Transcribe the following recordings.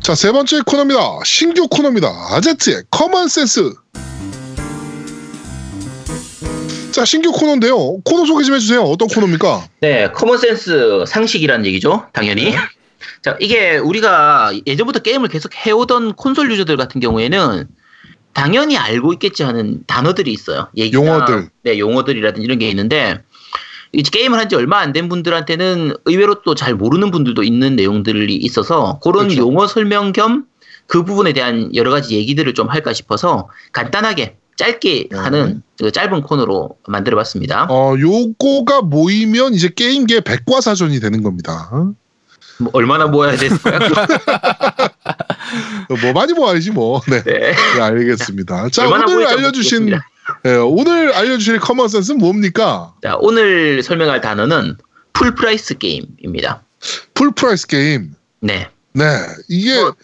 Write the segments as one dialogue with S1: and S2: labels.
S1: 자, 세 번째 코너입니다. 신규 코너입니다. 아제트의 커먼 센스. 자, 신규 코너인데요. 코너 소개 좀 해주세요. 어떤 코너입니까?
S2: 네, 커먼센스 상식이란 얘기죠, 당연히. 자, 이게 우리가 예전부터 게임을 계속 해오던 콘솔 유저들 같은 경우에는 당연히 알고 있겠지 하는 단어들이 있어요. 얘기나,
S1: 용어들.
S2: 네, 용어들이라든지 이런 게 있는데 이제 게임을 한 지 얼마 안 된 분들한테는 의외로 또 잘 모르는 분들도 있는 내용들이 있어서 그런
S1: 그렇죠.
S2: 용어 설명 겸 그 부분에 대한 여러 가지 얘기들을 좀 할까 싶어서 간단하게 짧게
S1: 음.
S2: 하는 그 짧은 코너로 만들어봤습니다.
S1: 어, 요거가 모이면 이제 게임계 백과사전이 되는 겁니다. 어,
S2: 뭐 얼마나 모아야 됐을까요?
S1: 뭐 많이 모아야지 뭐. 네,
S2: 네.
S1: 네, 알겠습니다. 자,
S2: 얼마나
S1: 오늘
S2: 모일지
S1: 알려주신
S2: 모르겠습니다.
S1: 예, 오늘 알려주실 커먼 센스는 뭡니까?
S2: 자, 오늘 설명할 단어는 풀프라이스 게임입니다.
S1: 풀 프라이스 게임.
S2: 네.
S1: 네, 이게
S2: 뭐-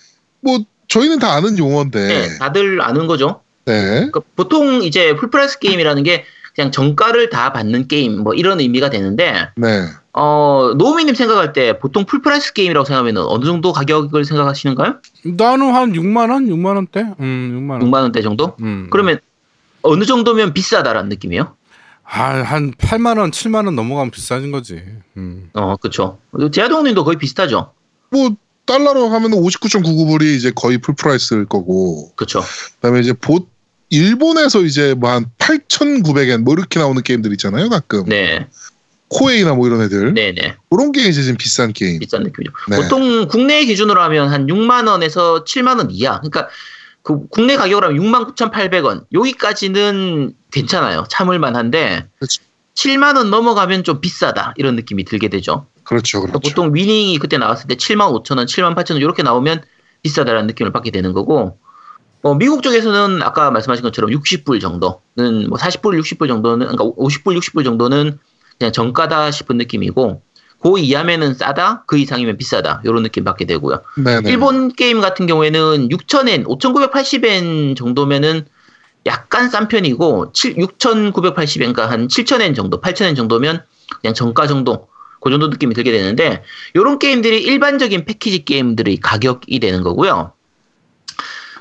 S1: 뭐 저희는 다 아는 용어인데.
S2: 네, 다들 아는 거죠?
S1: 네.
S2: 그러니까 보통 이제 풀프라이스 게임이라는 게 그냥 정가를 다 받는 게임 뭐 이런 의미가 되는데
S1: 네.
S2: 어 노우미님 생각할 때 보통 풀프라이스 게임이라고 생각하면 어느 정도 가격을 생각하시는가요?
S3: 나는 한 6만 원, 6만 원대? 음, 6만 원.
S2: 6만 원대 정도?
S3: 음.
S2: 그러면 어느 정도면 비싸다라는 느낌이에요?
S3: 아, 한 8만 원, 7만 원 넘어가면 비싸진 거지. 음.
S2: 어, 그렇죠. 제아동님도 거의 비슷하죠.
S1: 뭐 달러로 하면 59.99불이 이제 거의 풀 프라이스일 거고
S2: 그렇죠.
S1: 그다음에 이제 보 일본에서 이제 뭐 한 8,900엔 뭐 이렇게 나오는 게임들 있잖아요 가끔
S2: 네,
S1: 코에이나 뭐 이런 애들
S2: 네, 네.
S1: 그런 게 이제 지금 비싼 게임
S2: 비싼 느낌이죠.
S1: 네.
S2: 보통 국내 기준으로 하면 한 6만 원에서 7만 원 이하. 그러니까 그 국내 가격으로 하면 6만 9,800원. 여기까지는 괜찮아요. 참을 만한데
S1: 그렇죠.
S2: 7만 원 넘어가면 좀 비싸다 이런 느낌이 들게 되죠.
S1: 그렇죠 그렇죠
S2: 그러니까 보통 위닝이 그때 나왔을 때 7만 5천 원, 7만 8천 원 이렇게 나오면 비싸다라는 느낌을 받게 되는 거고 어, 미국 쪽에서는 아까 말씀하신 것처럼 60불 정도는 뭐 40불, 60불 정도는 그러니까 50불, 60불 정도는 그냥 정가다 싶은 느낌이고 그 이하면은 싸다, 그 이상이면 비싸다 이런 느낌 받게 되고요.
S1: 네네.
S2: 일본 게임 같은 경우에는 6,000엔, 5,980엔 정도면은 약간 싼 편이고 6,980엔가 그러니까 한 7,000엔 정도, 8,000엔 정도면 그냥 정가 정도 그 정도 느낌이 들게 되는데 이런 게임들이 일반적인 패키지 게임들의 가격이 되는 거고요.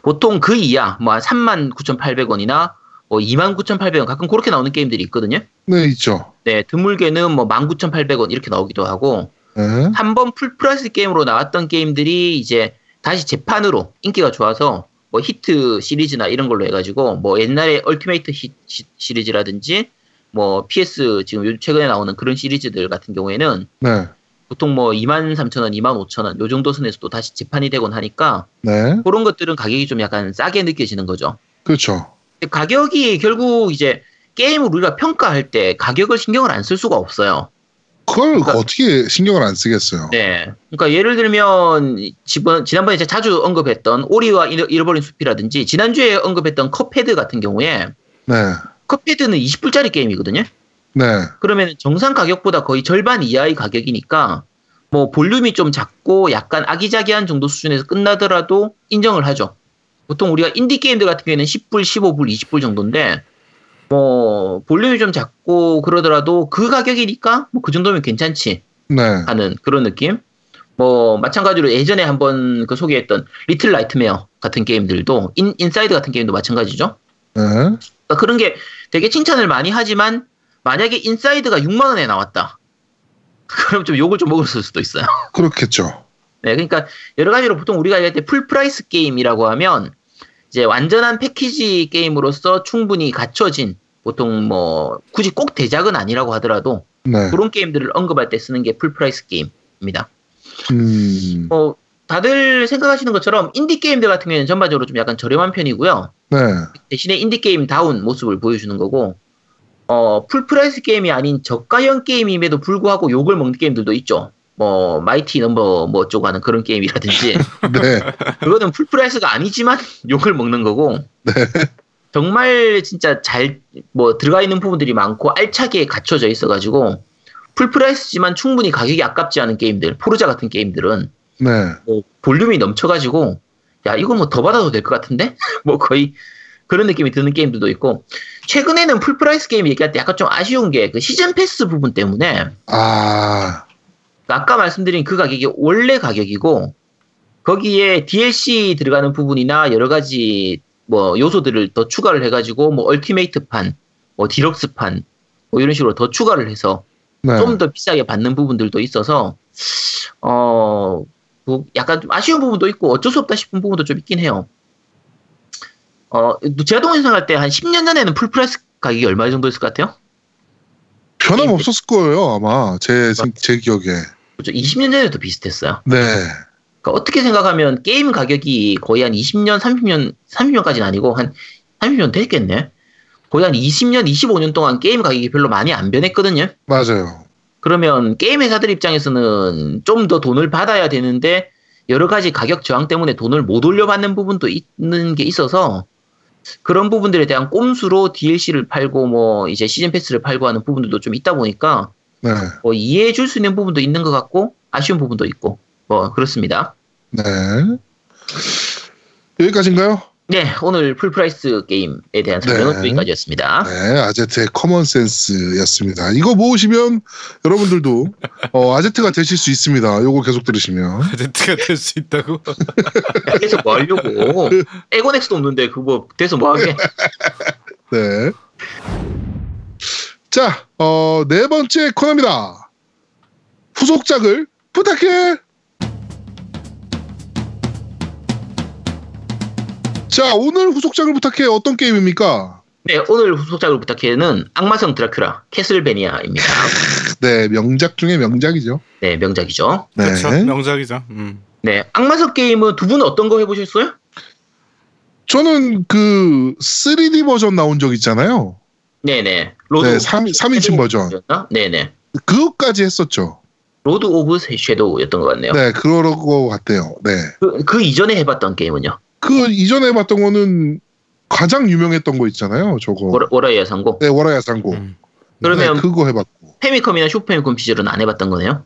S2: 보통 그 이하 뭐 한 39,800원이나 뭐 29,800원 가끔 그렇게 나오는 게임들이 있거든요.
S1: 네 있죠
S2: 네, 드물게는 뭐 19,800원 이렇게 나오기도 하고
S1: 네.
S2: 한 번 풀프라이스 게임으로 나왔던 게임들이 이제 다시 재판으로 인기가 좋아서 뭐 히트 시리즈나 이런 걸로 해가지고 뭐 옛날에 얼티메이트 히, 시, 시리즈라든지 뭐 PS 지금 요 최근에 나오는 그런 시리즈들 같은 경우에는
S1: 네.
S2: 보통 뭐 23,000원, 25,000원 요 정도 선에서도 다시 재판이 되곤 하니까
S1: 네
S2: 그런 것들은 가격이 좀 약간 싸게 느껴지는 거죠.
S1: 그렇죠
S2: 근데 가격이 결국 이제 게임을 우리가 평가할 때 가격을 신경을 안 쓸 수가 없어요.
S1: 그걸
S2: 그러니까-
S1: 어떻게 신경을 안 쓰겠어요
S2: 네. 그러니까 예를 들면 지번- 지난번에 제가 자주 언급했던 오리와 잃- 잃어버린 숲이라든지 지난주에 언급했던 컵헤드 같은 경우에
S1: 네네
S2: 컵헤드는 20불짜리 게임이거든요.
S1: 네.
S2: 그러면 정상 가격보다 거의 절반 이하의 가격이니까 뭐 볼륨이 좀 작고 약간 아기자기한 정도 수준에서 끝나더라도 인정을 하죠. 보통 우리가 인디 게임들 같은 경우에는 10불, 15불, 20불 정도인데 뭐 볼륨이 좀 작고 그러더라도 그 가격이니까 뭐 그 정도면 괜찮지.
S1: 네.
S2: 하는 그런 느낌. 뭐 마찬가지로 예전에 한번 그 소개했던 리틀 라이트메어 같은 게임들도 인, 인사이드 같은 게임도 마찬가지죠.
S1: 네.
S2: 그러니까 그런 게 되게 칭찬을 많이 하지만 만약에 인사이드가 6만 원에 나왔다. 그럼 좀 욕을 좀 먹었을 수도 있어요.
S1: 그렇겠죠
S2: 네, 그러니까 여러 가지로 보통 우리가 얘기할 때 풀프라이스 게임이라고 하면 이제 완전한 패키지 게임으로서 충분히 갖춰진 보통 뭐 굳이 꼭 대작은 아니라고 하더라도
S1: 네
S2: 그런 게임들을 언급할 때 쓰는 게 풀프라이스 게임입니다.
S1: 음.
S2: 뭐 다들 생각하시는 것처럼 인디 게임들 같은 경우에는 전반적으로 좀 약간 저렴한 편이고요.
S1: 네
S2: 대신에 인디 게임 다운 모습을 보여주는 거고, 어 풀프라이스 게임이 아닌 저가형 게임임에도 불구하고 욕을 먹는 게임들도 있죠. 뭐 마이티 넘버 뭐 어쩌고 하는 그런 게임이라든지
S1: 네.
S2: 그거는 풀프라이스가 아니지만 욕을 먹는 거고 정말 진짜 잘 뭐 들어가 있는 부분들이 많고 알차게 갖춰져 있어가지고 풀프라이스지만 충분히 가격이 아깝지 않은 게임들 포르자 같은 게임들은
S1: 네.
S2: 뭐 볼륨이 넘쳐가지고 야 이거 뭐 더 받아도 될 것 같은데 뭐 거의 그런 느낌이 드는 게임들도 있고 최근에는 풀프라이스 게임 얘기할 때 약간 좀 아쉬운 게 그 시즌 패스 부분 때문에
S1: 아,
S2: 아까 말씀드린 그 가격이 원래 가격이고 거기에 DLC 들어가는 부분이나 여러 가지 뭐 요소들을 더 추가를 해가지고 뭐 얼티메이트판, 뭐 디럭스판 뭐 이런 식으로 더 추가를 해서
S1: 네.
S2: 좀 더 비싸게 받는 부분들도 있어서 어, 뭐 약간 좀 아쉬운 부분도 있고 어쩔 수 없다 싶은 부분도 좀 있긴 해요. 어, 제가 동영상 할 때 한 10년 전에는 풀프라이스 가격이 얼마 정도 였을것 같아요?
S1: 변함 없었을 거예요 아마 제 제 기억에.
S2: 그죠? 그렇죠. 20년 전에도 비슷했어요.
S1: 네.
S2: 그러니까 어떻게 생각하면 게임 가격이 거의 한 20년, 30년, 30년까지는 아니고 한 30년 됐겠네. 거의 한 20년, 25년 동안 게임 가격이 별로 많이 안 변했거든요.
S1: 맞아요.
S2: 그러면 게임 회사들 입장에서는 좀 더 돈을 받아야 되는데 여러 가지 가격 저항 때문에 돈을 못 올려받는 부분도 있는 게 있어서 그런 부분들에 대한 꼼수로 DLC를 팔고 뭐 이제 시즌 패스를 팔고 하는 부분들도 좀 있다 보니까
S1: 네.
S2: 뭐 이해해 줄 수 있는 부분도 있는 것 같고 아쉬운 부분도 있고 뭐 그렇습니다.
S1: 네. 여기까지인가요?
S2: 네 오늘 풀프라이스 게임에 대한 설명은
S1: 네.
S2: 여기까지였습니다.
S1: 네, 아제트의 커먼센스였습니다. 이거 모으시면 여러분들도 어, 아제트가 되실 수 있습니다. 요거 계속 들으시면.
S3: 아제트가 될 수 있다고?
S2: 그래서 뭐 하려고 에고넥스도 없는데 그거 돼서 뭐 하게?
S1: 네. 자, 어, 네 번째 코너입니다. 후속작을 부탁해! 자, 오늘 후속작을 부탁해 어떤 게임입니까?
S2: 네, 오늘 후속작을 부탁해는 악마성 드라큘라 캐슬베니아입니다.
S1: 네, 명작 중에 명작이죠.
S2: 네, 명작이죠.
S1: 네.
S3: 그렇죠. 명작이죠. 음.
S2: 네, 악마성 게임은 두 분은 어떤 거 해보셨어요?
S1: 저는 그 3D 버전 나온 적 있잖아요.
S2: 네네. 로드
S1: 네,
S2: 오브
S1: 삼- 삼인칭 버전.
S2: 섀도우였나? 네네.
S1: 그것까지 했었죠.
S2: 로드 오브 섀- 섀도우였던 것 같네요.
S1: 네, 그런 거 같아요. 네.
S2: 그, 그 이전에 해봤던 게임은요?
S1: 그 이전에 봤던 거는 가장 유명했던 거 있잖아요. 저거.
S2: 워라- 워라이 야상고.
S1: 어. 네, 월화야 상고.
S3: 음.
S2: 그러면
S1: 네, 그거 해봤고.
S2: 페미컴이나 슈퍼미컴 시절은 안 해봤던 거네요?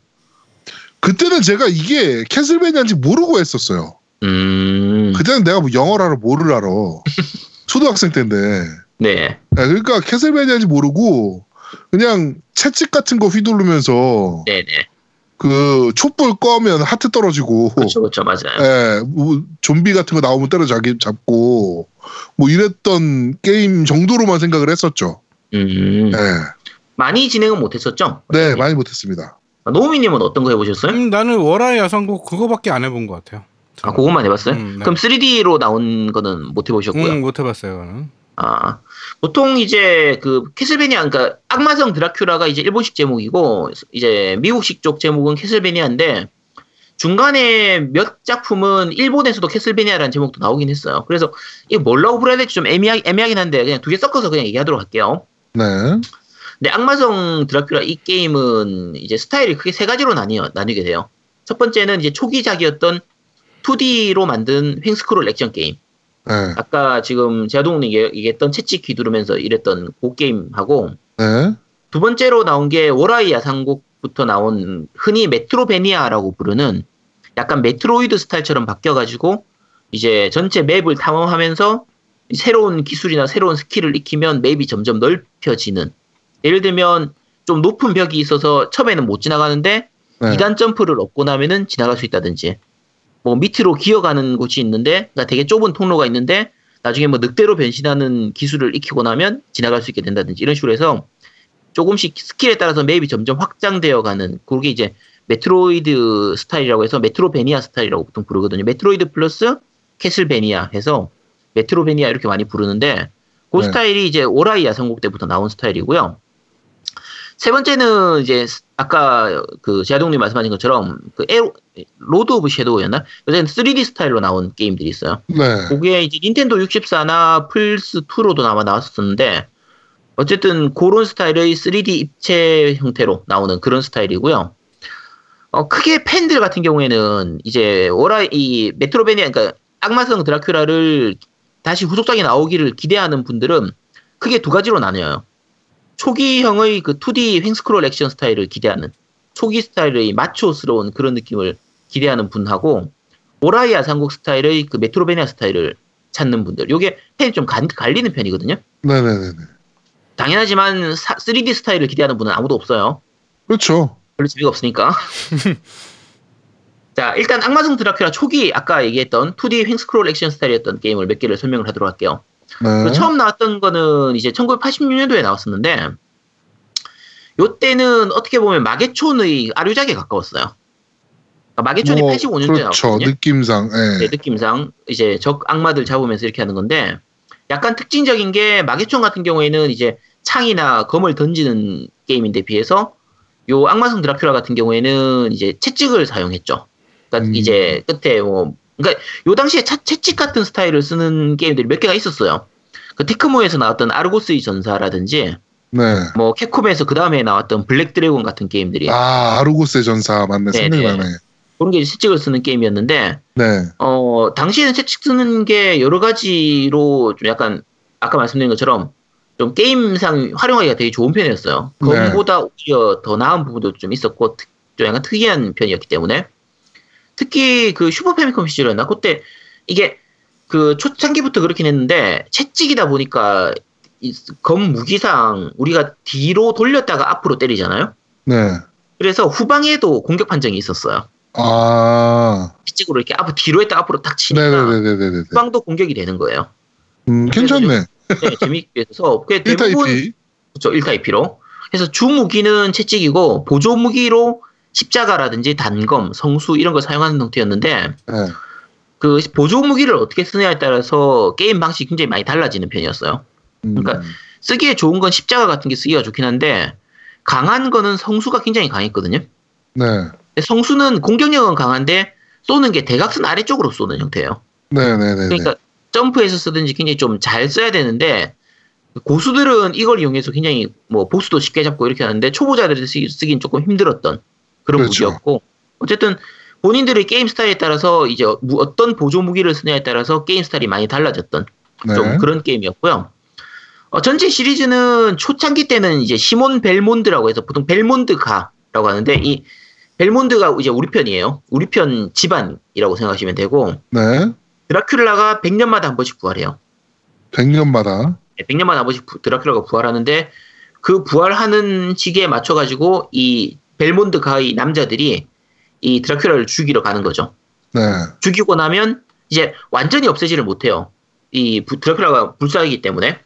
S1: 그때는 제가 이게 캐슬베니아인지 모르고 했었어요.
S2: 음,
S1: 그때는 내가 뭐 영어를 알아, 뭐를 알아. 초등학생 때인데.
S2: 네.
S1: 네, 그러니까 캐슬베니아인지 모르고 그냥 채찍 같은 거 휘두르면서
S2: 네네.
S1: 그 촛불 꺼면 하트 떨어지고
S2: 그렇죠, 그렇죠. 맞아요.
S1: 예, 뭐 좀비 같은 거 나오면 때려 자기 잡고 뭐 이랬던 게임 정도로만 생각을 했었죠.
S2: 음,
S1: 예.
S2: 많이 진행은 못했었죠?
S1: 네, 많이 못했습니다.
S2: 아, 노우미님은 어떤 거 해보셨어요?
S3: 음, 나는 월화의 야상곡 그거밖에 안 해본 것 같아요.
S2: 아, 그것만 해봤어요?
S3: 음, 네.
S2: 그럼 3D로 나온 거는 못 해보셨고요.
S3: 음, 못 해봤어요. 그거는.
S2: 아, 보통 이제 그 캐슬베니아, 그러니까 악마성 드라큘라가 이제 일본식 제목이고, 이제 미국식 쪽 제목은 캐슬베니아인데, 중간에 몇 작품은 일본에서도 캐슬베니아라는 제목도 나오긴 했어요. 그래서 이게 뭘라고 불러야 될지 좀 애매하, 애매하긴 한데, 그냥 두 개 섞어서 그냥 얘기하도록 할게요.
S1: 네.
S2: 근데 악마성 드라큘라 이 게임은 이제 스타일이 크게 세 가지로 나뉘어, 나뉘게 돼요. 첫 번째는 이제 초기작이었던 2D로 만든 횡스크롤 액션 게임.
S1: 네.
S2: 아까 지금 제동님 얘기했던 채찍 휘두르면서 이랬던 그 게임하고
S1: 네.
S2: 두 번째로 나온 게 워라이 야상곡부터 나온 흔히 메트로베니아라고 부르는 약간 메트로이드 스타일처럼 바뀌어가지고 이제 전체 맵을 탐험하면서 새로운 기술이나 새로운 스킬을 익히면 맵이 점점 넓혀지는 예를 들면 좀 높은 벽이 있어서 처음에는 못 지나가는데
S1: 네.
S2: 2단 점프를 얻고 나면은 지나갈 수 있다든지 뭐 밑으로 기어가는 곳이 있는데 그러니까 되게 좁은 통로가 있는데 나중에 뭐 늑대로 변신하는 기술을 익히고 나면 지나갈 수 있게 된다든지 이런 식으로 해서 조금씩 스킬에 따라서 맵이 점점 확장되어 가는 그게 이제 메트로이드 스타일이라고 해서 메트로베니아 스타일이라고 보통 부르거든요. 메트로이드 플러스 캐슬베니아 해서 메트로베니아 이렇게 많이 부르는데 그
S1: 네.
S2: 스타일이 이제 오라이 야성곡 때부터 나온 스타일이고요. 세 번째는 이제 스- 아까 그 제아동님 말씀하신 것처럼 그 에로, 로드 오브 섀도우였나? 요새는 3D 스타일로 나온 게임들이 있어요.
S1: 네.
S2: 그게 이제 닌텐도 64나 플스 2로도 아마 나왔었는데 어쨌든 그런 스타일의 3D 입체 형태로 나오는 그런 스타일이고요. 어, 크게 팬들 같은 경우에는 이제 워라 이 메트로베니아 그러니까 악마성 드라큘라를 다시 후속작이 나오기를 기대하는 분들은 크게 두 가지로 나뉘어요. 초기형의 그 2D 횡스크롤 액션 스타일을 기대하는 초기 스타일의 마초스러운 그런 느낌을 기대하는 분하고 오라이아 삼국 스타일의 그 메트로베니아 스타일을 찾는 분들. 요게 팬이 좀 간- 갈리는 편이거든요.
S1: 네, 네, 네.
S2: 당연하지만 사- 3D 스타일을 기대하는 분은 아무도 없어요.
S1: 그렇죠.
S2: 별로 재미가 없으니까. 자, 일단 악마성 드라큘라 초기 아까 얘기했던 2D 횡스크롤 액션 스타일이었던 게임을 몇 개를 설명을 하도록 할게요. 그
S1: 네.
S2: 처음 나왔던 거는 이제 1986년도에 나왔었는데 요때는 어떻게 보면 마계촌의 아류작에 가까웠어요. 그러니까 마계촌이 85년도에
S1: 그렇죠.
S2: 나왔거든요.
S1: 느낌상. 예.
S2: 네, 느낌상 이제 적 악마들 잡으면서 이렇게 하는 건데 약간 특징적인 게 마계총 같은 경우에는 이제 창이나 검을 던지는 게임인데 비해서 요 악마성 드라큘라 같은 경우에는 이제 채찍을 사용했죠. 그러니까
S1: 음.
S2: 이제 끝에 뭐 그러니까 요 당시에 차- 채찍 같은 스타일을 쓰는 게임들이 몇 개가 있었어요. 그 테크모에서 나왔던 아르고스의 전사라든지
S1: 네.
S2: 뭐 캡콤에서 그 다음에 나왔던 블랙 드래곤 같은 게임들이
S1: 아 아르고스의 전사 맞네.
S2: 예. 네,
S1: 생각나네.
S2: 그런 게 이제 채찍을 쓰는 게임이었는데
S1: 네.
S2: 어, 당시에는 채찍 쓰는 게 여러 가지로 좀 약간, 아까 말씀드린 것처럼 좀 게임상 활용하기가 되게 좋은 편이었어요.
S1: 네.
S2: 그거보다 오히려 더 나은 부분도 좀 있었고, 특- 좀 약간 특이한 편이었기 때문에. 특히 그 슈퍼 패미컴 시절이었나? 그때 이게 그 초창기부터 그렇긴 했는데, 채찍이다 보니까 이- 검 무기상 우리가 뒤로 돌렸다가 앞으로 때리잖아요?
S1: 네.
S2: 그래서 후방에도 공격 판정이 있었어요.
S1: 아.
S2: 채찍으로 이렇게 앞, 뒤로 했다 앞으로 탁 치니까.
S1: 네네네네네.
S2: 후방도 공격이 되는 거예요.
S1: 음, 괜찮네.
S2: 네, 재미있게 해서 꽤 대부분
S1: 1타입이.
S2: 그렇죠, 1타입피로 그래서 주무기는 채찍이고 보조 무기로 십자가라든지 단검, 성수 이런 걸 사용하는 형태였는데
S1: 네.
S2: 그 보조 무기를 어떻게 쓰느냐에 따라서 게임 방식이 굉장히 많이 달라지는 편이었어요.
S1: 음,
S2: 그러니까 쓰기에 좋은 건 십자가 같은 게 쓰기가 좋긴 한데 강한 거는 성수가 굉장히 강했거든요.
S1: 네.
S2: 근데 성수는 공격력은 강한데 쏘는 게 대각선 아래쪽으로 쏘는 형태예요.
S1: 네네네네.
S2: 그러니까 점프해서 쓰든지 굉장히 좀 잘 써야 되는데 고수들은 이걸 이용해서 굉장히 뭐 보스도 쉽게 잡고 이렇게 하는데 초보자들이 쓰, 쓰긴 조금 힘들었던 그런
S1: 그렇죠.
S2: 무기였고 어쨌든 본인들의 게임 스타일에 따라서 이제 무- 어떤 보조 무기를 쓰냐에 따라서 게임 스타일이 많이 달라졌던
S1: 네.
S2: 좀 그런 게임이었고요. 어, 전체 시리즈는 초창기 때는 이제 시몬 벨몬드라고 해서 보통 벨몬드가라고 하는데 이 벨몬드가 이제 우리 편이에요. 우리 편 집안이라고 생각하시면 되고
S1: 네.
S2: 드라큘라가 100년마다 한 번씩 부활해요.
S1: 100년마다.
S2: 100년마다 한 번씩 부- 드라큘라가 부활하는데 그 부활하는 시기에 맞춰가지고 이 벨몬드 가의 남자들이 이 드라큘라를 죽이러 가는 거죠.
S1: 네.
S2: 죽이고 나면 이제 완전히 없애지를 못해요. 이 부- 드라큘라가 불사이기 때문에.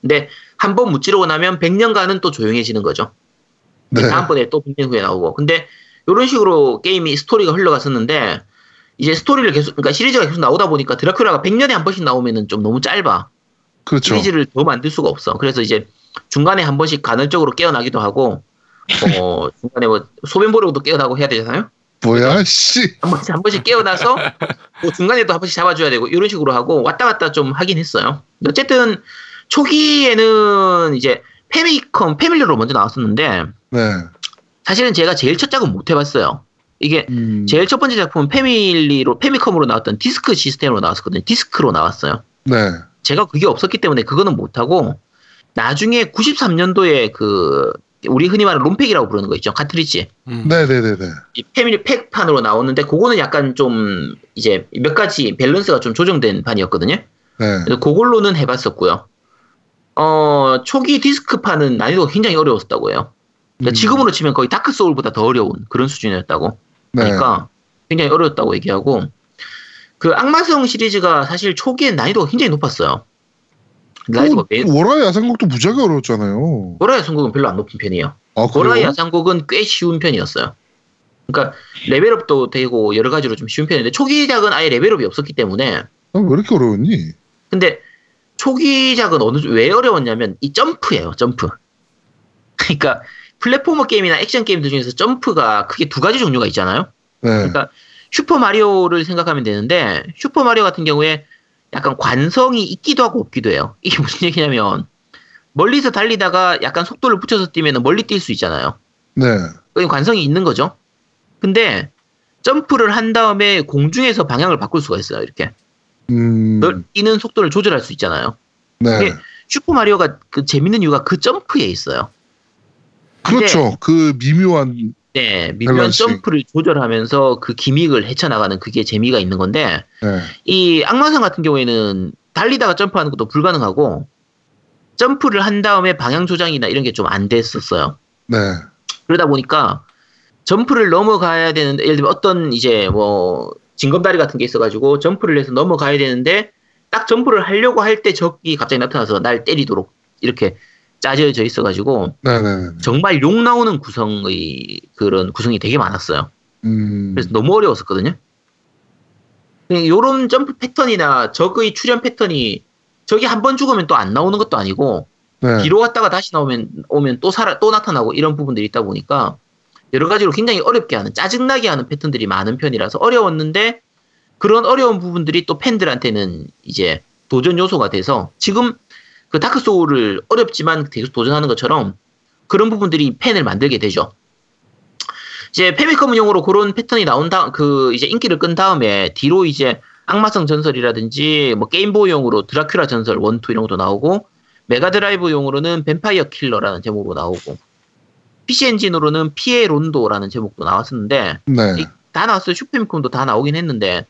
S2: 근데 한 번 무찌르고 나면 100년간은 또 조용해지는 거죠.
S1: 네.
S2: 다음번에 또 100년 후에 나오고. 근데 이런 식으로 게임이 스토리가 흘러갔었는데 이제 스토리를 계속 그러니까 시리즈가 계속 나오다 보니까 드라큘라가 100년에 한 번씩 나오면은 좀 너무 짧아.
S1: 그렇죠.
S2: 시리즈를 더 만들 수가 없어. 그래서 이제 중간에 한 번씩 간헐적으로 깨어나기도 하고, 어, 중간에 뭐 소변보려고도 깨어나고 해야 되잖아요.
S1: 뭐야,
S2: 그러니까
S1: 씨.
S2: 한 번씩 한 번씩 깨어나서 뭐 중간에도 한 번씩 잡아줘야 되고 이런 식으로 하고 왔다 갔다 좀 하긴 했어요. 근데 어쨌든 초기에는 이제 패미컴 패밀리로 먼저 나왔었는데
S1: 네.
S2: 사실은 제가 제일 첫 작은 못 해봤어요. 이게
S1: 음,
S2: 제일 첫 번째 작품은 패밀리로 패미컴으로 나왔던 디스크 시스템으로 나왔었거든요. 디스크로 나왔어요.
S1: 네.
S2: 제가 그게 없었기 때문에 그거는 못하고 나중에 93년도에 그 우리 흔히 말하는 롬팩이라고 부르는 거 있죠 카트리지
S3: 음.
S1: 네네네네.
S2: 이 패밀리 팩판으로 나오는데 그거는 약간 좀 이제 몇 가지 밸런스가 좀 조정된 판이었거든요
S1: 네.
S2: 그래서 그걸로는 해봤었고요 어 초기 디스크판은 난이도가 굉장히 어려웠었다고 해요 그러니까
S1: 음.
S2: 지금으로 치면 거의 다크 소울보다 더 어려운 그런 수준이었다고
S1: 네.
S2: 그러니까 굉장히 어려웠다고 얘기하고 그 악마성 시리즈가 사실 초기에 난이도가 굉장히 높았어요.
S1: 그
S2: 난이도가 매...
S1: 워라 야생곡도 무지하게 어려웠잖아요.
S2: 고라의 성공은 별로 안 높은 편이에요.
S1: 아,
S2: 고라의
S1: 그래요?
S2: 야상곡은 꽤 쉬운 편이었어요. 그러니까 레벨업도 되고 여러 가지로 좀 쉬운 편인데 초기작은 아예 레벨업이 없었기 때문에
S1: 아, 왜 이렇게 어려웠니?
S2: 근데 초기작은 어느 왜 어려웠냐면 이 점프예요 점프. 그러니까 플랫포머 게임이나 액션 게임들 중에서 점프가 크게 두 가지 종류가 있잖아요.
S1: 네.
S2: 그러니까 슈퍼 마리오를 생각하면 되는데 슈퍼 마리오 같은 경우에 약간 관성이 있기도 하고 없기도 해요. 이게 무슨 얘기냐면 멀리서 달리다가 약간 속도를 붙여서 뛰면 멀리 뛸 수 있잖아요.
S1: 네.
S2: 그건 관성이 있는 거죠. 근데 점프를 한 다음에 공중에서 방향을 바꿀 수가 있어요. 이렇게
S1: 음.
S2: 널- 뛰는 속도를 조절할 수 있잖아요.
S1: 네.
S2: 이게 슈퍼 마리오가 그 재밌는 이유가 그 점프에 있어요.
S1: 그렇죠. 그 미묘한
S2: 네, 미묘한
S1: 밸런싱.
S2: 점프를 조절하면서 그 기믹을 헤쳐나가는 그게 재미가 있는 건데
S1: 네.
S2: 이 악마성 같은 경우에는 달리다가 점프하는 것도 불가능하고 점프를 한 다음에 방향 조장이나 이런 게 좀 안 됐었어요.
S1: 네.
S2: 그러다 보니까 점프를 넘어가야 되는데 예를 들면 어떤 이제 뭐 징검다리 같은 게 있어가지고 점프를 해서 넘어가야 되는데 딱 점프를 하려고 할 때 적이 갑자기 나타나서 날 때리도록 이렇게 짜져져 있어가지고
S1: 네네네.
S2: 정말 욕 나오는 구성의 그런 구성이 되게 많았어요.
S1: 음.
S2: 그래서 너무 어려웠었거든요. 요런 점프 패턴이나 적의 출현 패턴이 적이 한 번 죽으면 또 안 나오는 것도 아니고
S1: 네.
S2: 뒤로 왔다가 다시 나오면 오면 또 살아 또 나타나고 이런 부분들이 있다 보니까 여러 가지로 굉장히 어렵게 하는 짜증나게 하는 패턴들이 많은 편이라서 어려웠는데 그런 어려운 부분들이 또 팬들한테는 이제 도전 요소가 돼서 지금 그 다크 소울을 어렵지만 계속 도전하는 것처럼 그런 부분들이 팬을 만들게 되죠. 이제 페미컴용으로 그런 패턴이 나온 다음 그 이제 인기를 끈 다음에 뒤로 이제 악마성 전설이라든지 뭐 게임보이용으로 드라큘라 전설 1, 2 이런 것도 나오고 메가드라이브용으로는 뱀파이어 킬러라는 제목으로 나오고 PC 엔진으로는 피에 론도라는 제목도 나왔었는데
S1: 네.
S2: 이- 다 나왔어요. 슈퍼미콤도 다 나오긴 했는데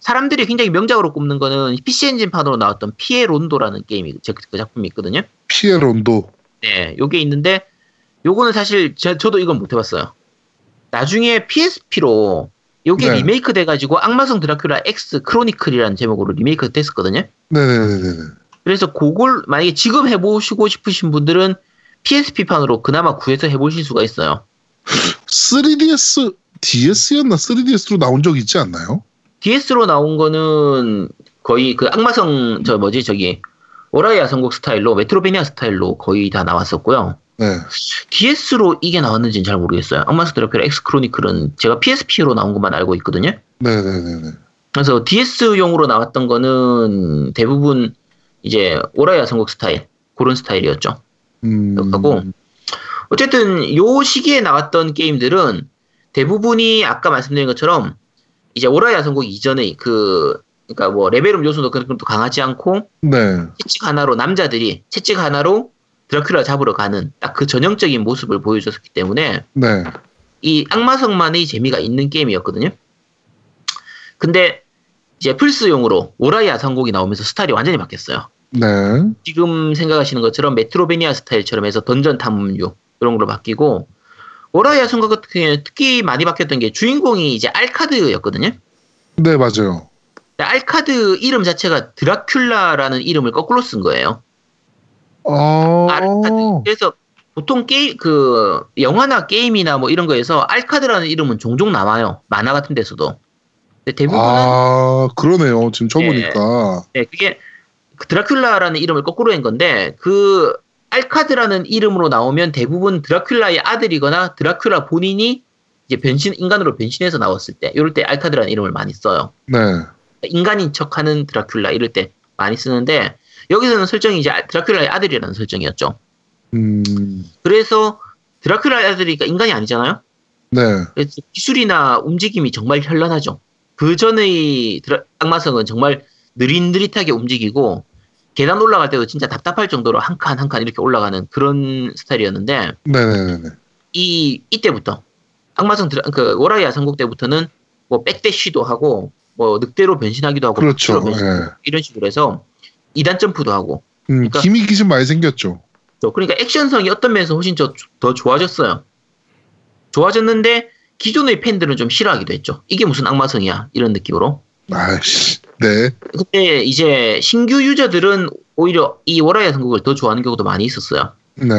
S2: 사람들이 굉장히 명작으로 꼽는 거는 PC 엔진판으로 나왔던 피에 론도라는 게임이 그- 그 작품이 있거든요.
S1: 피에론도.
S2: 네, 요게 있는데 요거는 사실 저, 저도 이건 못 해봤어요. 나중에 PSP로 요게
S1: 네.
S2: 리메이크 돼가지고 악마성 드라큘라 X 크로니클이라는 제목으로 리메이크 됐었거든요.
S1: 네네네네.
S2: 그래서 그걸 만약에 지금 해보시고 싶으신 분들은 PSP판으로 그나마 구해서 해보실 수가 있어요.
S1: 3DS, DS였나? 3DS로 나온 적 있지 않나요?
S2: DS로 나온 거는 거의 그 악마성 저 뭐지 저기 오라이아 선곡 스타일로 메트로베니아 스타일로 거의 다 나왔었고요.
S1: 네.
S2: DS로 이게 나왔는지는 잘 모르겠어요. 악마스 드라큘라 X 크로니클은 제가 PSP로 나온 것만 알고 있거든요.
S1: 네네네네.
S2: 그래서 DS용으로 나왔던 거는 대부분 이제 오라야 선곡 스타일 그런 스타일이었죠.
S1: 음.
S2: 하고 어쨌든 요 시기에 나왔던 게임들은 대부분이 아까 말씀드린 것처럼 이제 오라야 선곡 이전의 그 그러니까 뭐 레벨업 요소도 그렇게 또 강하지 않고
S1: 네.
S2: 채찍 하나로 남자들이 채찍 하나로 드라큘라 잡으러 가는 딱 그 전형적인 모습을 보여줬었기 때문에
S1: 네.
S2: 이 악마성만의 재미가 있는 게임이었거든요. 근데 이제 플스용으로 오라이아 선곡이 나오면서 스타일이 완전히 바뀌었어요.
S1: 네.
S2: 지금 생각하시는 것처럼 메트로베니아 스타일처럼 해서 던전 탐험류 그런 걸로 바뀌고 오라이아 선곡 같은 경우에 특히 많이 바뀌었던 게 주인공이 이제 알카드였거든요.
S1: 네, 맞아요.
S2: 근데 알카드 이름 자체가 드라큘라라는 이름을 거꾸로 쓴 거예요.
S1: 아.
S2: 알카드. 그래서 보통 게임 그 영화나 게임이나 뭐 이런 거에서 알카드라는 이름은 종종 나와요. 만화 같은 데서도. 근데 대부분은
S1: 아, 그러네요. 지금
S2: 예.
S1: 쳐보니까.
S2: 네, 그게 그 드라큘라라는 이름을 거꾸로 한 건데 그 알카드라는 이름으로 나오면 대부분 드라큘라의 아들이거나 드라큘라 본인이 이제 변신 인간으로 변신해서 나왔을 때 이럴 때 알카드라는 이름을 많이 써요.
S1: 네.
S2: 인간인 척하는 드라큘라 이럴 때 많이 쓰는데 여기서는 설정이 이제 아- 드라큘라의 아들이라는 설정이었죠.
S1: 음.
S2: 그래서 드라큘라의 아들이니까 인간이 아니잖아요.
S1: 네.
S2: 그래서 기술이나 움직임이 정말 현란하죠. 그 전의 드라- 악마성은 정말 느릿느릿하게 움직이고 계단 올라갈 때도 진짜 답답할 정도로 한 칸 한 칸 이렇게 올라가는 그런 스타일이었는데
S1: 네네네네.
S2: 이 이때부터 악마성 드라, 그 오라이아 선곡 때부터는 뭐 백대쉬도 하고 뭐 늑대로 변신하기도 하고
S1: 그렇죠.
S2: 박쥐로 변신하고
S1: 예.
S2: 이런 식으로 해서 이단 점프도 하고
S1: 음,
S2: 그러니까-
S1: 기믹이 좀 많이 생겼죠.
S2: 또 그러니까 액션성이 어떤 면에서 훨씬 더, 더 좋아졌어요. 좋아졌는데 기존의 팬들은 좀 싫어하기도 했죠. 이게 무슨 악마성이야 이런 느낌으로.
S1: 아이씨. 네.
S2: 근데 이제 신규 유저들은 오히려 이 오라이아 삼국을 더 좋아하는 경우도 많이 있었어요.
S1: 네.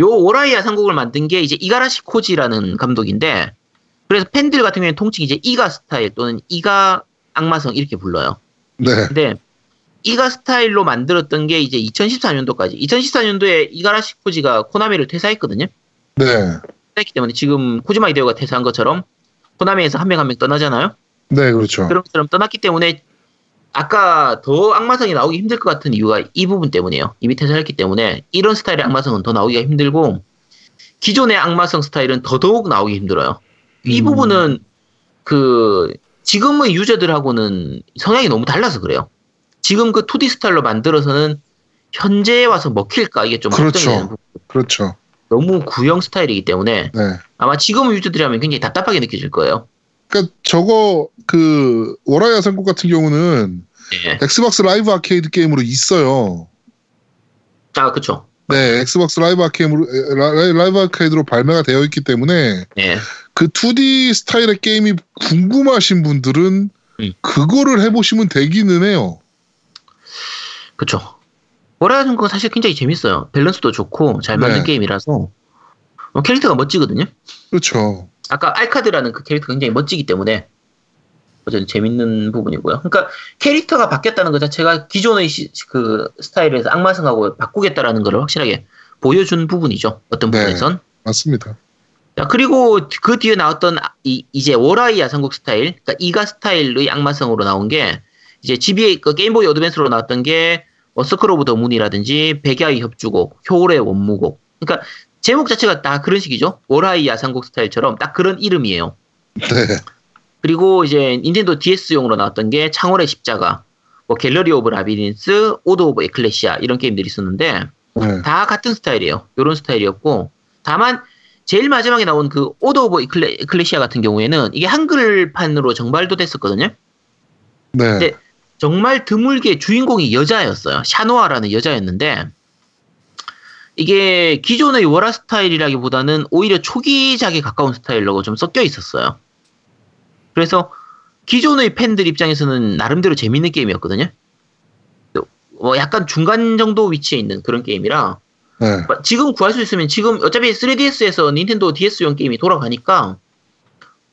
S2: 요 오라이아 삼국을 만든 게 이제 이가라시 코지라는 감독인데 그래서 팬들 같은 경우에는 통칭 이제 이가 스타일 또는 이가 악마성 이렇게 불러요.
S1: 네.
S2: 근데 이가 스타일로 만들었던 게 이제 2014년도까지 2014년도에 이가라시 코지가 코나미를 퇴사했거든요.
S1: 네.
S2: 했기 때문에 지금 코지마 이데오가 퇴사한 것처럼 코나미에서 한 명 한 명 떠나잖아요.
S1: 네, 그렇죠.
S2: 그런 것처럼 떠났기 때문에 아까 더 악마성이 나오기 힘들 것 같은 이유가 이 부분 때문이에요. 이미 퇴사했기 때문에 이런 스타일의 악마성은 더 나오기가 힘들고 기존의 악마성 스타일은 더더욱 나오기 힘들어요. 이
S1: 음.
S2: 부분은 그 지금의 유저들하고는 성향이 너무 달라서 그래요. 지금 그 2D 스타일로 만들어서는 현재에 와서 먹힐까 이게 좀 걱정이
S1: 그렇죠.
S2: 되는 부분.
S1: 그렇죠.
S2: 너무 구형 스타일이기 때문에
S1: 네.
S2: 아마 지금 유저들이 하면 굉장히 답답하게 느껴질 거예요.
S1: 그러니까 저거 그 워라야 선곡 같은 경우는
S2: 예.
S1: 네. 엑스박스 라이브 아케이드 게임으로 있어요.
S2: 아, 그쵸.
S1: 네, 엑스박스 라이브 아케임으로 에, 라- 라- 라이브 아케이드로 발매가 되어 있기 때문에
S2: 예.
S1: 그 2D 스타일의 게임이 궁금하신 분들은
S2: 음.
S1: 그거를 해보시면 되기는 해요.
S2: 그쵸. 호라이즌 건 사실 굉장히 재밌어요. 밸런스도 좋고 잘 맞는
S1: 네.
S2: 게임이라서 어, 캐릭터가 멋지거든요.
S1: 그렇죠.
S2: 아까 알카드라는 그 캐릭터 굉장히 멋지기 때문에 어쨌든 재밌는 부분이고요. 그러니까 캐릭터가 바뀌었다는 것 자체가 기존의 시- 그 스타일에서 악마성하고 바꾸겠다라는 걸 확실하게 보여준 부분이죠. 어떤
S1: 네.
S2: 부분에선.
S1: 맞습니다.
S2: 자, 그리고 그 뒤에 나왔던 아- 이, 이제 워라이야 삼국 스타일, 그러니까 이가 스타일의 악마성으로 나온 게 이제 GBA 그 게임보이 어드밴스로 나왔던 게 어서클 오브 더 문이라든지 백야의 협주곡, 효울의 원무곡. 그러니까 제목 자체가 다 그런 식이죠. 워라이야 삼국 스타일처럼 딱 그런 이름이에요.
S1: 네.
S2: 그리고 이제 닌텐도 DS용으로 나왔던 게 창월의 십자가, 뭐 갤러리 오브 라비린스, 오드 오브 에클레시아 이런 게임들이 있었는데
S1: 네.
S2: 다 같은 스타일이에요. 이런 스타일이었고 다만 제일 마지막에 나온 그 오드 오브 에클레, 에클레시아 같은 경우에는 이게 한글판으로 정발도 됐었거든요.
S1: 네.
S2: 네. 정말 드물게 주인공이 여자였어요. 샤노아라는 여자였는데 이게 기존의 워라 스타일이라기보다는 오히려 초기작에 가까운 스타일로 좀 섞여 있었어요. 그래서 기존의 팬들 입장에서는 나름대로 재밌는 게임이었거든요. 어, 약간 중간 정도 위치에 있는 그런 게임이라
S1: 네.
S2: 지금 구할 수 있으면 지금 어차피 3DS에서 닌텐도 DS용 게임이 돌아가니까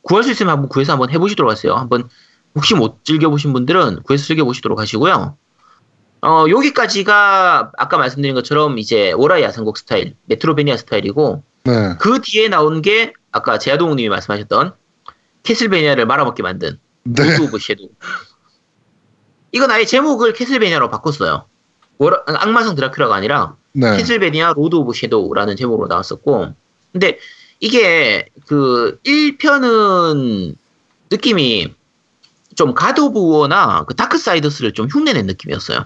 S2: 구할 수 있으면 한번 구해서 한번 해보시도록 하세요. 한번 혹시 못 즐겨보신 분들은 구해서 즐겨보시도록 하시고요. 어, 여기까지가 아까 말씀드린 것처럼 이제 오라이 야생곡 스타일, 메트로베니아 스타일이고
S1: 네.
S2: 그 뒤에 나온 게 아까 제아동님이 말씀하셨던 캐슬베니아를 말아먹게 만든
S1: 네.
S2: 로드 오브 섀도우. 이건 아예 제목을 캐슬베니아로 바꿨어요. 워라- 악마성 드라큘라가 아니라
S1: 네.
S2: 캐슬베니아 로드 오브 섀도우라는 제목으로 나왔었고 근데 이게 그 1편은 느낌이 좀 가드 오브 워나 그 다크 사이더스를 좀 흉내낸 느낌이었어요.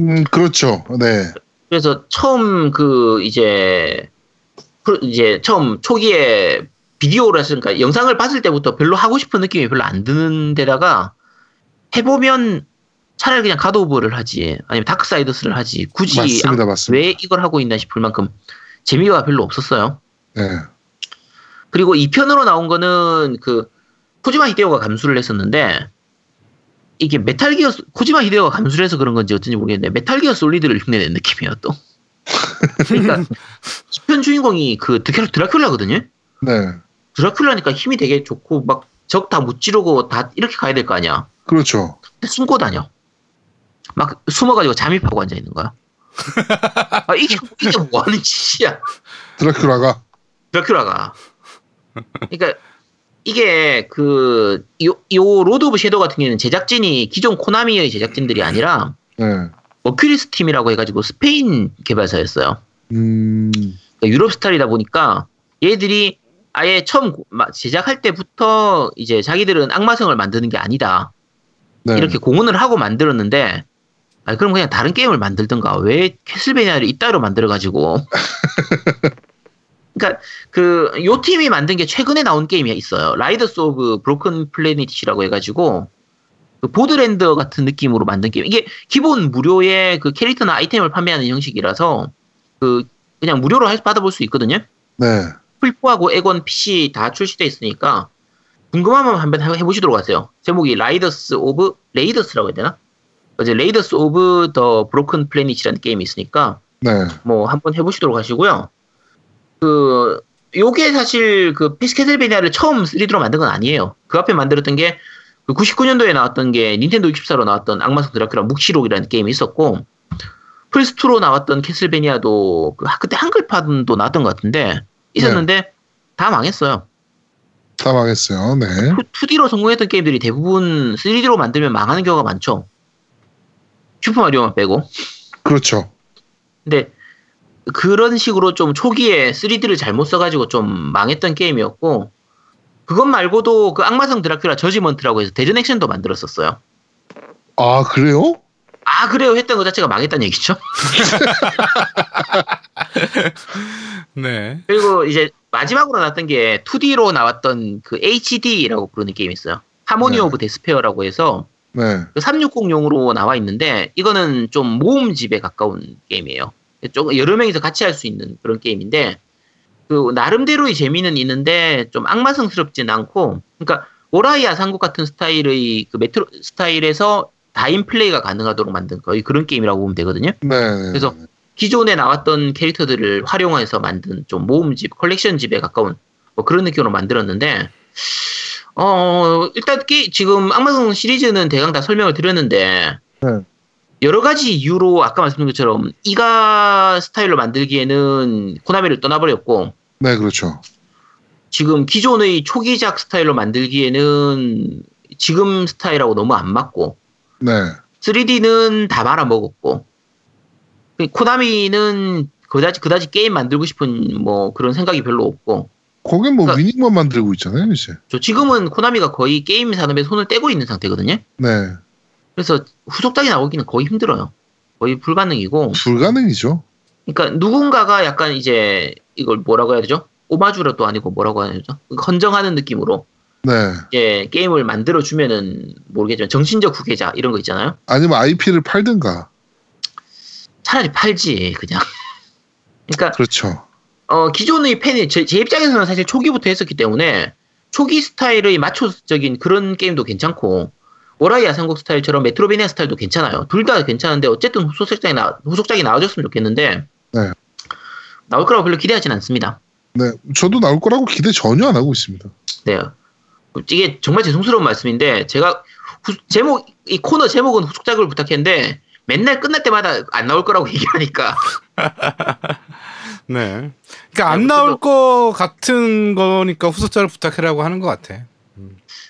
S1: 음, 그렇죠. 네.
S2: 그래서 처음 그 이제 프로- 이제 처음 초기에 비디오라서니까 그러니까 영상을 봤을 때부터 별로 하고 싶은 느낌이 별로 안 드는 데다가 해보면 차라리 그냥 가드 오브를 하지 아니면 다크 사이더스를 하지 굳이 아,
S1: 맞습니다. 맞습니다.
S2: 왜 이걸 하고 있나 싶을 만큼 재미가 별로 없었어요.
S1: 네.
S2: 그리고 2편으로 나온 거는 그 코지마 히데오가 감수를 했었는데 이게 메탈 기어 소- 코지마 히데오가 감수를 해서 그런 건지 어쩐지 모르겠는데 메탈 기어 솔리드를 흉내낸 느낌이에요 또. 그러니까 2편 주인공이 그 드라- 드라큘라거든요.
S1: 네.
S2: 드라큘라니까 힘이 되게 좋고 막 적 다 무찌르고 다 이렇게 가야 될 거 아니야.
S1: 그렇죠.
S2: 숨고 다녀. 막 숨어가지고 잠입하고 앉아 있는 거야. 아 이게 이게 뭐 하는 짓이야?
S1: 드라큘라가
S2: 드라큘라가. 그러니까 이게 그요 요 로드 오브 섀도우 같은 경우는 에 제작진이 기존 코나미의 제작진들이 아니라
S1: 네.
S2: 머큐리스 팀이라고 해가지고 스페인 개발사였어요.
S1: 음.
S2: 그러니까 유럽 스타일이다 보니까 얘들이 아예 처음 고- 마- 제작할 때부터 이제 자기들은 악마성을 만드는 게 아니다.
S1: 네.
S2: 이렇게 공헌을 하고 만들었는데 아 그럼 그냥 다른 게임을 만들든가 왜 캐슬베니아를 이따로 만들어 가지고 그러니까 그 요 팀이 만든 게 최근에 나온 게임이 있어요 라이더스 오브 브로큰 플래닛이라고 해가지고 그 보드랜더 같은 느낌으로 만든 게임 이게 기본 무료의 그 캐릭터나 아이템을 판매하는 형식이라서 그 그냥 무료로 할- 받아볼 수 있거든요
S1: 네.
S2: 풀포하고 에건 PC 다 출시돼 있으니까 궁금하면 한번 해- 해보시도록 하세요. 제목이 라이더스 오브 레이더스라고 해야 되나? 어제 레이더스 오브 더 브로큰 플래닛이라는 게임이 있으니까
S1: 네.
S2: 뭐 한번 해보시도록 하시고요. 그 요게 사실 그 피스케셀베니아를 처음 3D로 만든 건 아니에요. 그 앞에 만들었던 게 99년도에 나왔던 게 닌텐도 64로 나왔던 악마성 드라큘라 묵시록이라는 게임이 있었고 플스2로 나왔던 캐슬베니아도 그, 때 한글판도 나왔던 것 같은데 있었는데 다 망했어요.
S1: 다 망했어요. 네.
S2: 2D로 성공했던 게임들이 대부분 3D로 만들면 망하는 경우가 많죠. 슈퍼마리오만 빼고.
S1: 그렇죠.
S2: 근데 그런 식으로 좀 초기에 3D를 잘못 써가지고 좀 망했던 게임이었고 그것 말고도 그 악마성 드라큘라 저지먼트라고 해서 대전 액션도 만들었었어요.
S1: 아, 그래요?
S2: 아 그래요 했던 것 자체가 망했다는 얘기죠.
S3: 네.
S2: 그리고 이제 마지막으로 나왔던 게 2D로 나왔던 그 HD라고 부르는 게임이 있어요. 하모니
S1: 네.
S2: 오브 데스페어라고 해서
S1: 네.
S2: 그 360용으로 나와 있는데 이거는 좀 모음집에 가까운 게임이에요. 조금 여러 명이서 같이 할 수 있는 그런 게임인데 그 나름대로의 재미는 있는데 좀 악마성스럽진 않고 그러니까 오라이아 삼국 같은 스타일의 그 메트로 스타일에서 다인 플레이가 가능하도록 만든 거의 그런 게임이라고 보면 되거든요.
S1: 네.
S2: 그래서 기존에 나왔던 캐릭터들을 활용해서 만든 좀 모음집, 컬렉션집에 가까운 뭐 그런 느낌으로 만들었는데, 어, 일단 게, 지금 악마성 시리즈는 대강 다 설명을 드렸는데,
S1: 네.
S2: 여러 가지 이유로 아까 말씀드린 것처럼 이가 스타일로 만들기에는 코나미를 떠나버렸고,
S1: 네, 그렇죠.
S2: 지금 기존의 초기작 스타일로 만들기에는 지금 스타일하고 너무 안 맞고,
S1: 네.
S2: 3D는 다 말아먹었고, 그 코나미는 그다지, 그다지 게임 만들고 싶은 뭐 그런 생각이 별로 없고,
S1: 거긴 뭐
S2: 그러니까-
S1: 위닝만 만들고 있잖아요, 이제.
S2: 저 지금은 코나미가 거의 게임 산업에 손을 떼고 있는 상태거든요.
S1: 네.
S2: 그래서 후속작이 나오기는 거의 힘들어요. 거의 불가능이고,
S1: 불가능이죠.
S2: 그러니까 누군가가 약간 이제 이걸 뭐라고 해야 되죠? 오마주라도 아니고 뭐라고 해야 되죠? 헌정하는 느낌으로
S1: 네.
S2: 이제 게임을 만들어 주면은 모르겠지만 정신적 후계자 이런 거 있잖아요.
S1: 아니면 IP를 팔든가.
S2: 차라리 팔지 그냥. 그러니까
S1: 그렇죠.
S2: 어, 기존의 팬이, 제, 제 입장에서는 사실 초기부터 했었기 때문에, 초기 스타일의 마초적인 그런 게임도 괜찮고, 오라이 야상국 스타일처럼 메트로베니아 스타일도 괜찮아요. 둘 다 괜찮은데, 어쨌든 후속작이, 나, 후속작이 나와줬으면 좋겠는데,
S1: 네.
S2: 나올 거라고 별로 기대하진 않습니다.
S1: 네. 저도 나올 거라고 기대 전혀 안 하고 있습니다.
S2: 네. 이게 정말 죄송스러운 말씀인데, 제가, 후- 제목, 이 코너 제목은 후속작을 부탁했는데, 맨날 끝날 때마다 안 나올 거라고 얘기하니까,
S3: 네. 그러니까 안
S2: 네,
S3: 나올 거 같은 거니까 후속자를 부탁해라고 하는 것 같아.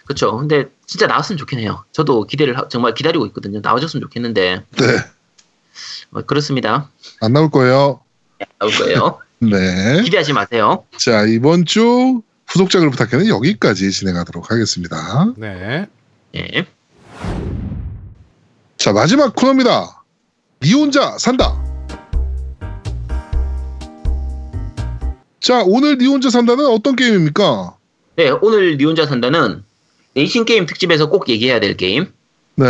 S2: 그쵸. 근데 진짜 나왔으면 좋긴 해요. 저도 기대를 하- 정말 기다리고 있거든요. 나와줬으면 좋겠는데,
S1: 네.
S2: 뭐 그렇습니다.
S1: 안 나올 거예요.
S2: 나올 거예요.
S1: 네.
S2: 기대하지 마세요.
S1: 자, 이번 주 후속작을 부탁해는 여기까지 진행하도록 하겠습니다.
S3: 네.
S2: 예.
S1: 자, 마지막 코너입니다. 니 혼자 산다. 자, 오늘 니 혼자 산다는 어떤 게임입니까?
S2: 네, 오늘 니 혼자 산다는 레이싱 게임 특집에서 꼭 얘기해야 될 게임
S1: 네.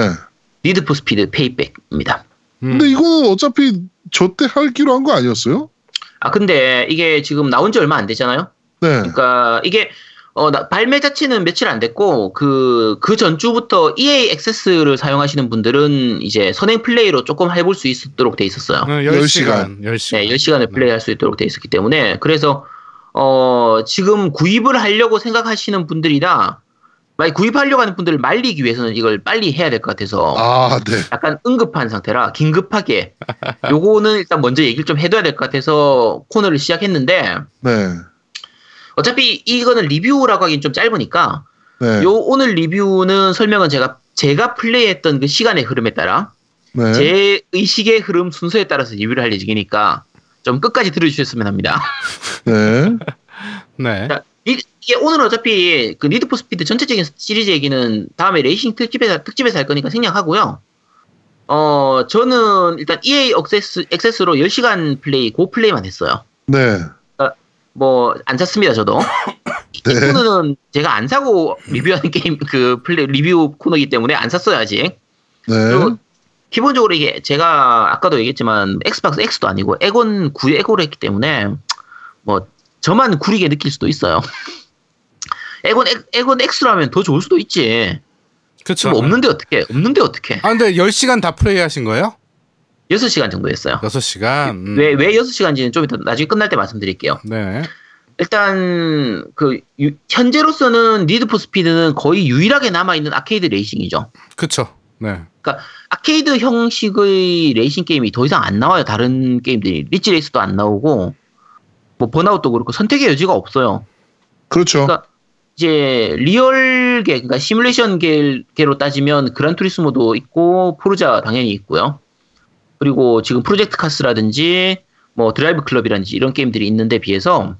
S2: 리드 포 스피드 페이백입니다.
S3: 음.
S1: 근데 이거는 어차피 저 때 할기로 한 거 아니었어요?
S2: 아 근데 이게 지금 나온 지 얼마 안 되잖아요.
S1: 네.
S2: 그러니까 이게 어, 나- 발매 자체는 며칠 안 됐고 그 그 전주부터 EA 액세스를 사용하시는 분들은 이제 선행 플레이로 조금 해볼 수 있도록 돼 있었어요.
S3: 어, 10시간.
S1: 10시간.
S3: 10시간.
S2: 네, 10시간을 플레이할 수 있도록 돼 있었기 때문에 그래서 어, 지금 구입을 하려고 생각하시는 분들이나 만약 구입하려고 하는 분들을 말리기 위해서는 이걸 빨리 해야 될 것 같아서
S1: 아, 네.
S2: 약간 응급한 상태라 긴급하게 요거는 일단 먼저 얘기를 좀 해둬야 될 것 같아서 코너를 시작했는데
S1: 네.
S2: 어차피 이거는 리뷰라고 하긴 좀 짧으니까
S1: 네.
S2: 요 오늘 리뷰는 설명은 제가 제가 플레이했던 그 시간의 흐름에 따라
S1: 네.
S2: 제 의식의 흐름 순서에 따라서 리뷰를 할 예정이니까 좀 끝까지 들어주셨으면 합니다.
S1: 네.
S3: 네.
S2: 자, 이- 이게 오늘 어차피 그 리드 포 스피드 전체적인 시리즈 얘기는 다음에 레이싱 특집에서 특집에서 할 거니까 생략하고요. 어 저는 일단 E EA 액세스 액세스로 10시간 플레이 고 플레이만 했어요.
S1: 네.
S2: 뭐 안 샀습니다 저도. 이
S1: 네.
S2: 코너는 제가 안 사고 리뷰하는 게임 그 플레이 리뷰 코너이기 때문에 안 샀어요 아직. 그리고
S1: 네.
S2: 기본적으로 이게 제가 아까도 얘기했지만 엑스박스 X도 아니고 에곤 9 에고를 했기 때문에 뭐 저만 구리게 느낄 수도 있어요. 에곤 엑- 에곤 X라면 더 좋을 수도 있지.
S3: 그쵸.
S2: 지금 없는데 어떻게? 없는데 어떻게?
S3: 아, 근데 10시간 다 플레이 하신 거예요?
S2: 6시간 정도 했어요.
S3: 6시간. 음.
S2: 왜 왜 6시간인지는 좀 이따 나중에 끝날 때 말씀드릴게요.
S3: 네.
S2: 일단 그 유- 현재로서는 리드 포 스피드는 거의 유일하게 남아 있는 아케이드 레이싱이죠.
S3: 그쵸. 네.
S2: 아케이드 형식의 레이싱 게임이 더 이상 안 나와요. 다른 게임들이 리치 레이스도 안 나오고 뭐 번아웃도 그렇고 선택의 여지가 없어요.
S1: 그렇죠.
S2: 그러니까 이제 리얼계 그러니까 시뮬레이션계로 따지면 그란 투리스모도 있고 포르자 당연히 있고요. 그리고 지금 프로젝트 카스라든지 뭐 드라이브 클럽이라든지 이런 게임들이 있는데 비해서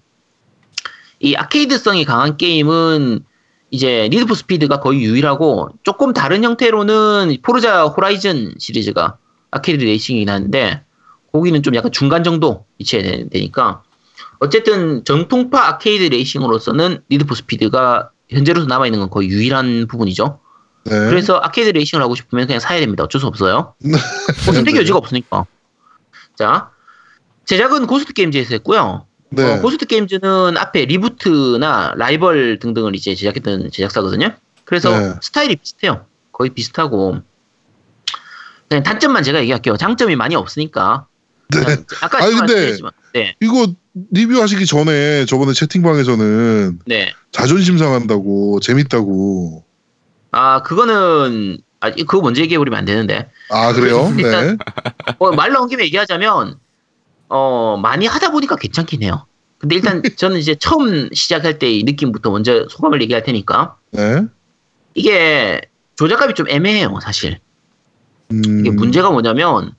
S2: 이 아케이드성이 강한 게임은 이제 리드 포 스피드가 거의 유일하고 조금 다른 형태로는 포르자 호라이즌 시리즈가 아케이드 레이싱이긴 한데 거기는 좀 약간 중간 정도 위치되니까 어쨌든 정통파 아케이드 레이싱으로서는 리드 포 스피드가 현재로서 남아있는 건 거의 유일한 부분이죠.
S1: 네.
S2: 그래서 아케이드 레이싱을 하고 싶으면 그냥 사야 됩니다. 어쩔 수 없어요. 뭐 선택의
S1: 네.
S2: 여지가 없으니까. 자, 제작은 고스트 게임즈에서 했고요.
S1: 네.
S2: 어, 고스트 게임즈는 앞에 리부트나 라이벌 등등을 이제 제작했던 제작사거든요. 그래서
S1: 네.
S2: 스타일이 비슷해요. 거의 비슷하고. 그냥 단점만 제가 얘기할게요. 장점이 많이 없으니까.
S1: 네.
S2: 그냥 아까
S1: 아니, 근데-
S2: 말씀드렸지만. 네.
S1: 이거 리뷰하시기 전에 저번에 채팅방에서는
S2: 네.
S1: 자존심 상한다고 재밌다고.
S2: 아, 그거는, 아, 그거 먼저 얘기해버리면 안 되는데.
S1: 아 그래요? 네.
S2: 일단- 어, 말 나온 김에 얘기하자면, 어, 많이 하다 보니까 괜찮긴 해요. 근데 일단 저는 이제 처음 시작할 때 이 느낌부터 먼저 소감을 얘기할 테니까.
S1: 네.
S2: 이게 조작값이 좀 애매해요, 사실.
S1: 음,
S2: 이게 문제가 뭐냐면,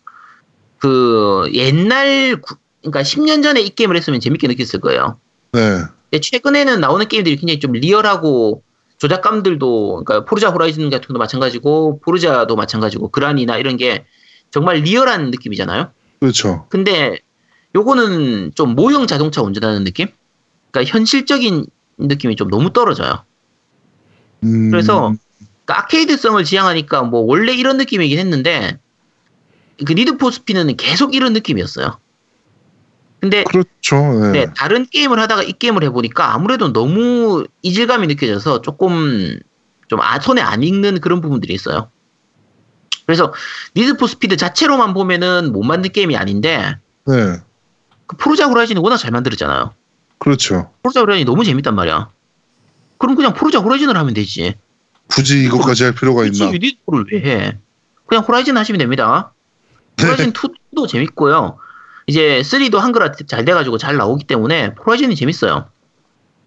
S2: 그, 옛날, 구- 그러니까 10년 전에 이 게임을 했으면 재밌게 느꼈을 거예요.
S1: 네.
S2: 근데 최근에는 나오는 게임들이 굉장히 좀 리얼하고 조작감들도 그러니까 포르자 호라이즌 같은 것도 마찬가지고 포르자도 마찬가지고 그란이나 이런 게 정말 리얼한 느낌이잖아요.
S1: 그렇죠.
S2: 근데 요거는 좀 모형 자동차 운전하는 느낌? 그러니까 현실적인 느낌이 좀 너무 떨어져요.
S1: 음,
S2: 그래서 그러니까 아케이드성을 지향하니까 뭐 원래 이런 느낌이긴 했는데 그 니드 포스피는 계속 이런 느낌이었어요. 근데
S1: 그렇죠. 네.
S2: 네, 다른 게임을 하다가 이 게임을 해보니까 아무래도 너무 이질감이 느껴져서 조금 좀 아, 손에 안 익는 그런 부분들이 있어요. 그래서 니드포 스피드 자체로만 보면은 못 만든 게임이 아닌데
S1: 네.
S2: 그 포르자 호라이즌이 워낙 잘 만들었잖아요.
S1: 그렇죠.
S2: 포르자 호라이즌이 너무 재밌단 말이야. 그럼 그냥 포르자 호라이즌을 하면 되지.
S1: 굳이 이것까지 할 필요가
S2: 굳이
S1: 그러니까 있나?
S2: 그렇죠. 유니코를 왜 해? 그냥 호라이즌 하시면 됩니다.
S1: 네.
S2: 호라이즌 2도 재밌고요. 이제 3도 한글화 잘 돼가지고 잘 나오기 때문에 호라이즌이 재밌어요.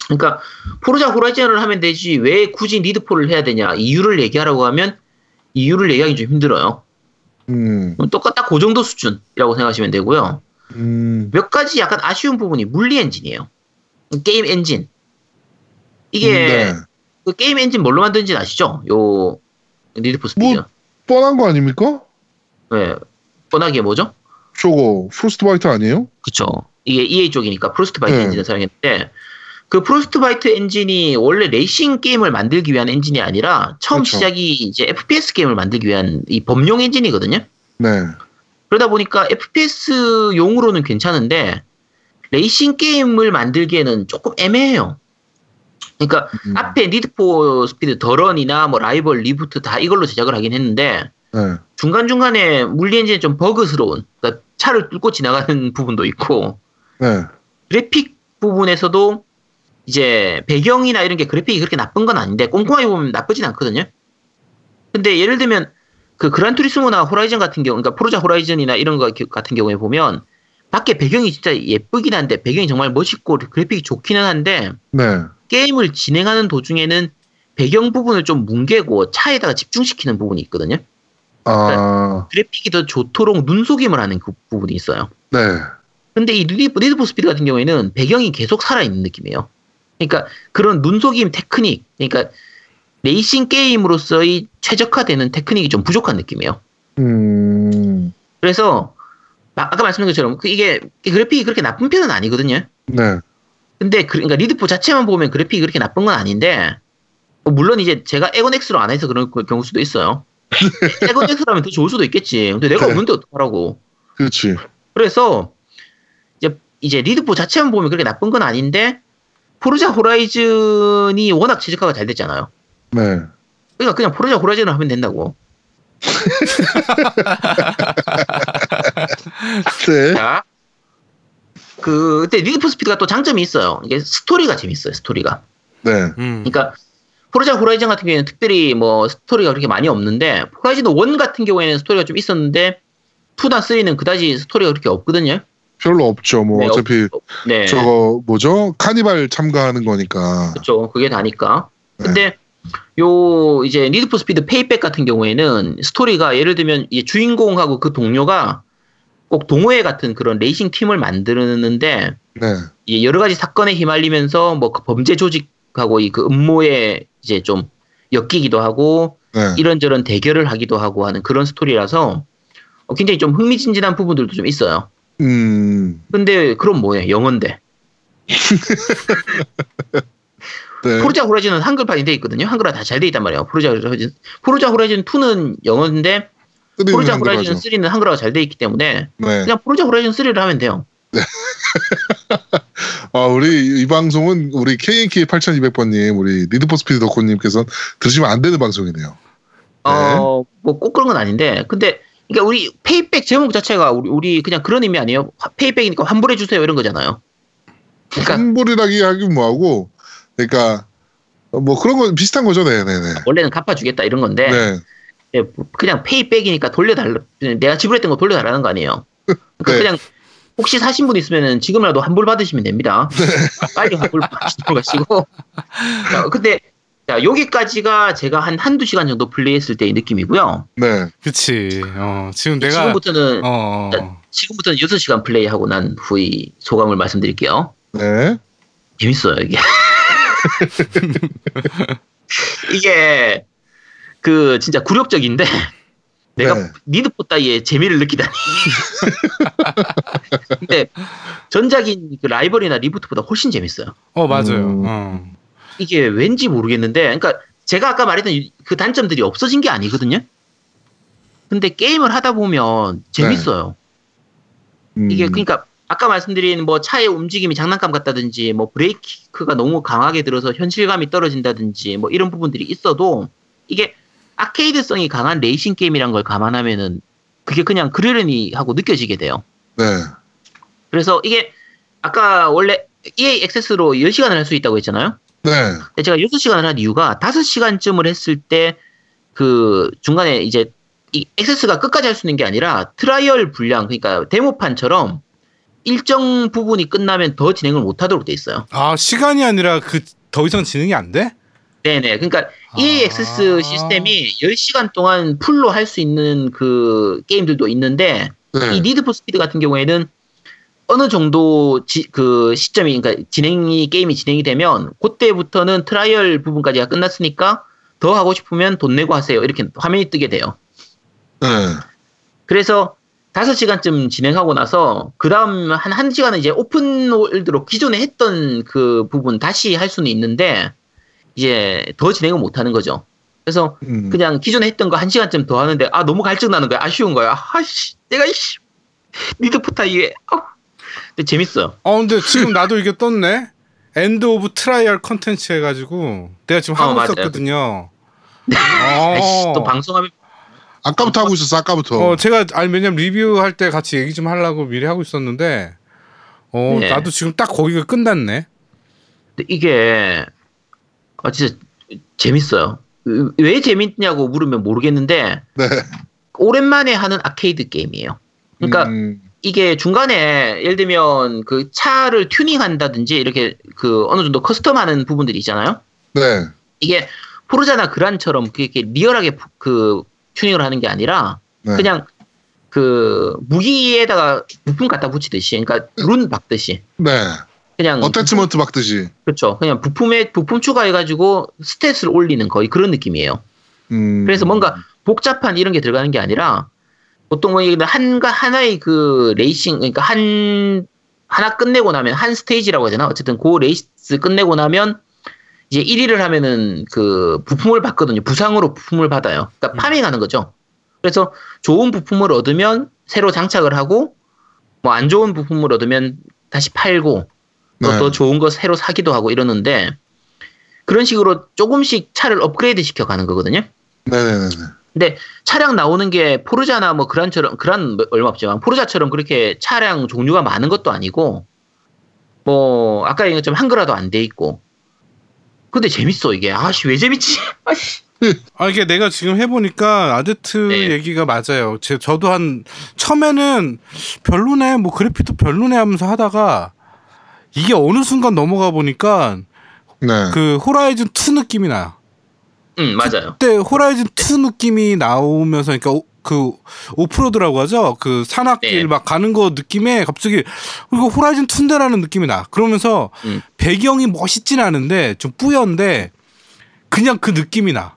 S2: 그러니까 포르자 호라이즌을 하면 되지 왜 굳이 니드포를 해야 되냐 이유를 얘기하라고 하면 이유를 얘기하기 좀 힘들어요.
S1: 음.
S2: 그럼 똑같다 그 정도 수준이라고 생각하시면 되고요.
S1: 음.
S2: 몇 가지 약간 아쉬운 부분이 물리 엔진이에요. 게임 엔진. 이게
S1: 네.
S2: 그 게임 엔진 뭘로 만든지 아시죠? 요 니드포 스피드.
S1: 뭐, 뻔한 거 아닙니까?
S2: 예. 뻔하게 뭐죠?
S1: 저거 프로스트 바이트 아니에요?
S2: 그쵸. 이게 EA 쪽이니까 프로스트 바이트
S1: 네.
S2: 엔진을 사용했는데, 그 프로스트 바이트 엔진이 원래 레이싱 게임을 만들기 위한 엔진이 아니라, 처음
S1: 그쵸.
S2: 시작이 이제 FPS 게임을 만들기 위한 이 범용 엔진이거든요?
S1: 네.
S2: 그러다 보니까 FPS용으로는 괜찮은데, 레이싱 게임을 만들기에는 조금 애매해요. 그러니까
S1: 음.
S2: 앞에 니드포 스피드 더런이나 뭐 라이벌 리부트 다 이걸로 제작을 하긴 했는데,
S1: 네.
S2: 중간중간에 물리엔진이 좀 버그스러운, 그러니까 차를 뚫고 지나가는 부분도 있고,
S1: 네.
S2: 그래픽 부분에서도 이제 배경이나 이런 게 그래픽이 그렇게 나쁜 건 아닌데, 꼼꼼하게 보면 나쁘진 않거든요? 근데 예를 들면, 그 그란투리스모나 호라이즌 같은 경우, 그러니까 포르자 호라이즌이나 이런 거 기- 같은 경우에 보면, 밖에 배경이 진짜 예쁘긴 한데, 배경이 정말 멋있고, 그래픽이 좋기는 한데,
S1: 네.
S2: 게임을 진행하는 도중에는 배경 부분을 좀 뭉개고 차에다가 집중시키는 부분이 있거든요?
S1: 아,
S2: 그래픽이 더 좋도록 눈속임을 하는 그 부분이 있어요.
S1: 네.
S2: 근데 이 리드, 리드 포 스피드 같은 경우에는 배경이 계속 살아있는 느낌이에요. 그러니까 그런 눈속임 테크닉, 그러니까 레이싱 게임으로서의 최적화되는 테크닉이 좀 부족한 느낌이에요.
S1: 음,
S2: 그래서 아- 아까 말씀드린 것처럼 그 이게 그래픽이 그렇게 나쁜 편은 아니거든요.
S1: 네.
S2: 근데 그, 그러니까 리드포 자체만 보면 그래픽이 그렇게 나쁜 건 아닌데 어, 물론 이제 제가 에곤엑스로 안 해서 그런 거- 경우 수도 있어요. 에곤엑스라면 더 좋을 수도 있겠지. 근데 내가
S1: 네.
S2: 없는데 어떡하라고.
S1: 그렇지.
S2: 그래서 이제 이제 리드포 자체만 보면 그렇게 나쁜 건 아닌데 포르자 호라이즌이 워낙 최적화가 잘 됐잖아요.
S1: 네.
S2: 그러니까 그냥 포르자 호라이즌을 하면 된다고.
S1: 네.
S2: 자, 그 그때 리드포 스피드가 또 장점이 있어요. 이게 스토리가 재밌어요. 스토리가.
S1: 네.
S3: 음.
S2: 그러니까 포르자 호라이즌 같은 경우에는 특별히 뭐 스토리가 그렇게 많이 없는데 호라이즌 1 같은 경우에는 스토리가 좀 있었는데 2나 3는 그다지 스토리가 그렇게 없거든요.
S1: 별로 없죠. 뭐
S2: 네,
S1: 어차피
S2: 네.
S1: 저거 뭐죠? 카니발 참가하는 거니까.
S2: 그렇죠. 그게 다니까. 근데 요 이제 니드 포 스피드 페이백 같은 경우에는 스토리가 예를 들면 이제 주인공하고 그 동료가 꼭 동호회 같은 그런 레이싱 팀을 만드는데
S1: 네.
S2: 이제 여러 가지 사건에 휘말리면서 뭐 그 범죄 조직하고 이 그 음모에 이제 좀 엮이기도 하고
S1: 네.
S2: 이런저런 대결을 하기도 하고 하는 그런 스토리라서 어, 굉장히 좀 흥미진진한 부분들도 좀 있어요.
S1: 음.
S2: 근데 그럼 뭐해? 영어인데.
S1: 네.
S2: 포르자 호라이즌은 한글판이 돼 있거든요. 한글화 다 잘 돼 있단 말이에요. 포르자 호라이즌. 포르자 호라이즌 2는 영어인데
S1: 쓰리는
S2: 포르자
S1: 흔들어가죠.
S2: 호라이즌 3는 한글화가 잘 돼 있기 때문에
S1: 네.
S2: 그냥 포르자 호라이즌 3를 하면 돼요.
S1: 아, 우리 이 방송은 우리 KNK 8200번님, 우리 니드포스피드 덕후님께서 들으시면 안 되는 방송이네요.
S2: 어, 뭐 꼭 그런 건 아닌데, 근데 그러니까 우리 페이백 제목 자체가 우리, 우리 그냥 그런 의미 아니에요. 화- 페이백이니까 환불해 주세요 이런 거잖아요.
S1: 음.
S2: 그러니까
S1: 환불이라기 하긴 뭐하고, 그러니까 뭐 그런 거 비슷한 거죠, 네네네.
S2: 원래는 갚아주겠다 이런 건데
S1: 네.
S2: 예, 뭐 그냥 페이백이니까 돌려달라. 내가 지불했던 거 돌려달라는 거 아니에요. 그러니까
S1: 네.
S2: 그냥 혹시 사신 분 있으면 지금이라도 환불 받으시면 됩니다.
S3: 네.
S2: 빨리 환불 받으시는 것이고. 자, 근데 자, 여기까지가 제가 한 한두 시간 정도 플레이했을 때의 느낌이고요.
S1: 네.
S3: 그치. 어, 지금 내가
S2: 지금부터는
S3: 어, 어.
S2: 지금부터는 6시간 플레이하고 난 후의 소감을 말씀드릴게요.
S1: 네.
S2: 재밌어요, 이게. 이게 그 진짜 굴욕적인데 내가
S1: 네.
S2: 니드포 따위의 재미를 느끼다니. 근데 전작인 그 라이벌이나 리부트보다 훨씬 재밌어요.
S3: 어, 맞아요.
S1: 음.
S3: 어.
S2: 이게 왠지 모르겠는데, 그러니까 제가 아까 말했던 이- 그 단점들이 없어진 게 아니거든요. 근데 게임을 하다 보면 재밌어요.
S1: 음,
S2: 이게 그러니까 아까 말씀드린 뭐 차의 움직임이 장난감 같다든지 뭐 브레이크가 너무 강하게 들어서 현실감이 떨어진다든지 뭐 이런 부분들이 있어도 이게 아케이드성이 강한 레이싱 게임이란 걸 감안하면은 그게 그냥 그러려니 하고 느껴지게 돼요.
S1: 네.
S2: 그래서 이게 아까 원래 E EA 액세스로 10시간을 할 수 있다고 했잖아요.
S1: 네.
S2: 근데 제가 6시간을 한 이유가 5시간쯤을 했을 때 그 중간에 이제 이 액세스가 끝까지 할 수 있는 게 아니라 트라이얼 분량 그러니까 데모판처럼 일정 부분이 끝나면 더 진행을 못 하도록 돼 있어요.
S3: 아, 시간이 아니라 그 더 이상 진행이 안 돼?
S2: 네네. 그러니까
S3: 아.
S2: EA 액세스 시스템이 10시간 동안 풀로 할 수 있는 그 게임들도 있는데 이
S1: 네.
S2: 니드 포 스피드 같은 경우에는 어느 정도 지- 그 시점이 그러니까 진행이 게임이 진행이 되면 그때부터는 트라이얼 부분까지가 끝났으니까 더 하고 싶으면 돈 내고 하세요. 이렇게 화면이 뜨게 돼요.
S1: 네.
S2: 그래서 5시간쯤 진행하고 나서 그다음 한 1시간은 이제 오픈 월드로 기존에 했던 그 부분 다시 할 수는 있는데 이제 더 진행을 못 하는 거죠. 그래서
S1: 음.
S2: 그냥 기존에 했던 거 한 시간쯤 더 하는데 아 너무 갈증나는 거야 아쉬운 거야 아씨 내가 이씨 니드포타 이게 어. 근데 재밌어요
S3: 어, 근데 지금 나도 이게 떴네? 엔드 오브 트라이얼 컨텐츠 해가지고 내가 지금
S2: 어,
S3: 하고
S2: 맞아요.
S3: 있었거든요.
S2: 아이씨
S3: 어,
S2: 또 방송하면
S1: 아까부터 하고 있었어, 아까부터.
S3: 어, 제가 아니 왜냐면 리뷰할 때 같이 얘기 좀 하려고 미리 하고 있었는데 어,
S2: 네.
S3: 나도 지금 딱 거기가 끝났네.
S2: 근데 이게 아 진짜 재밌어요 으, 왜 재밌냐고 물으면 모르겠는데
S1: 네.
S2: 오랜만에 하는 아케이드 게임이에요 그러니까
S1: 음,
S2: 이게 중간에 예를 들면 그 차를 튜닝한다든지 이렇게 그 어느 정도 커스텀하는 부분들이 있잖아요
S1: 네.
S2: 이게 포르자나 그란처럼 그게 이렇게 리얼하게 부- 그 튜닝을 하는 게 아니라
S1: 네.
S2: 그냥 그 무기에다가 부품 갖다 붙이듯이 그러니까 룬 박듯이
S1: 네.
S2: 그냥
S1: 어태치먼트 박듯이.
S2: 그렇죠 그냥 부품에 부품 추가해 가지고 스탯을 올리는 거의 그런 느낌이에요
S1: 음.
S2: 그래서 뭔가 복잡한 이런 게 들어가는 게 아니라 보통 뭐 이게 한가 하나의 그 레이싱 그러니까 한 하나 끝내고 나면 한 스테이지라고 해야 되나 어쨌든 그 레이스 끝내고 나면 이제 1위를 하면은 그 부품을 받거든요 부상으로 부품을 받아요 그러니까
S3: 음.
S2: 파밍하는 거죠 그래서 좋은 부품을 얻으면 새로 장착을 하고 뭐 안 좋은 부품을 얻으면 다시 팔고 또
S1: 네.
S2: 더 좋은 거 새로 사기도 하고 이러는데 그런 식으로 조금씩 차를 업그레이드 시켜 가는 거거든요
S1: 네네네.
S2: 근데 차량 나오는 게 포르자나 뭐 그란처럼 그란 얼마 없지만 포르자처럼 그렇게 차량 종류가 많은 것도 아니고 뭐 아까 얘기한 것처럼 한글화도 안 돼 있고 근데 재밌어 이게 아씨 왜 재밌지 아씨
S3: 아 이게 내가 지금 해보니까 아제트
S2: 네.
S3: 얘기가 맞아요. 제 저도 한 처음에는 별로네 뭐 그래픽도 별로네 하면서 하다가 이게 어느 순간 넘어가 보니까
S1: 네.
S3: 그 호라이즌 2 느낌이 나요.
S2: 음 맞아요
S3: 그때 호라이즌 2 느낌이 나오면서 그러니까 오- 그 오프로드라고 하죠. 그 산악길
S2: 네.
S3: 막 가는 거 느낌에 갑자기 이거 호라이즌 2인데라는 느낌이 나. 그러면서
S2: 음.
S3: 배경이 멋있진 않은데 좀 뿌연데 그냥 그 느낌이 나.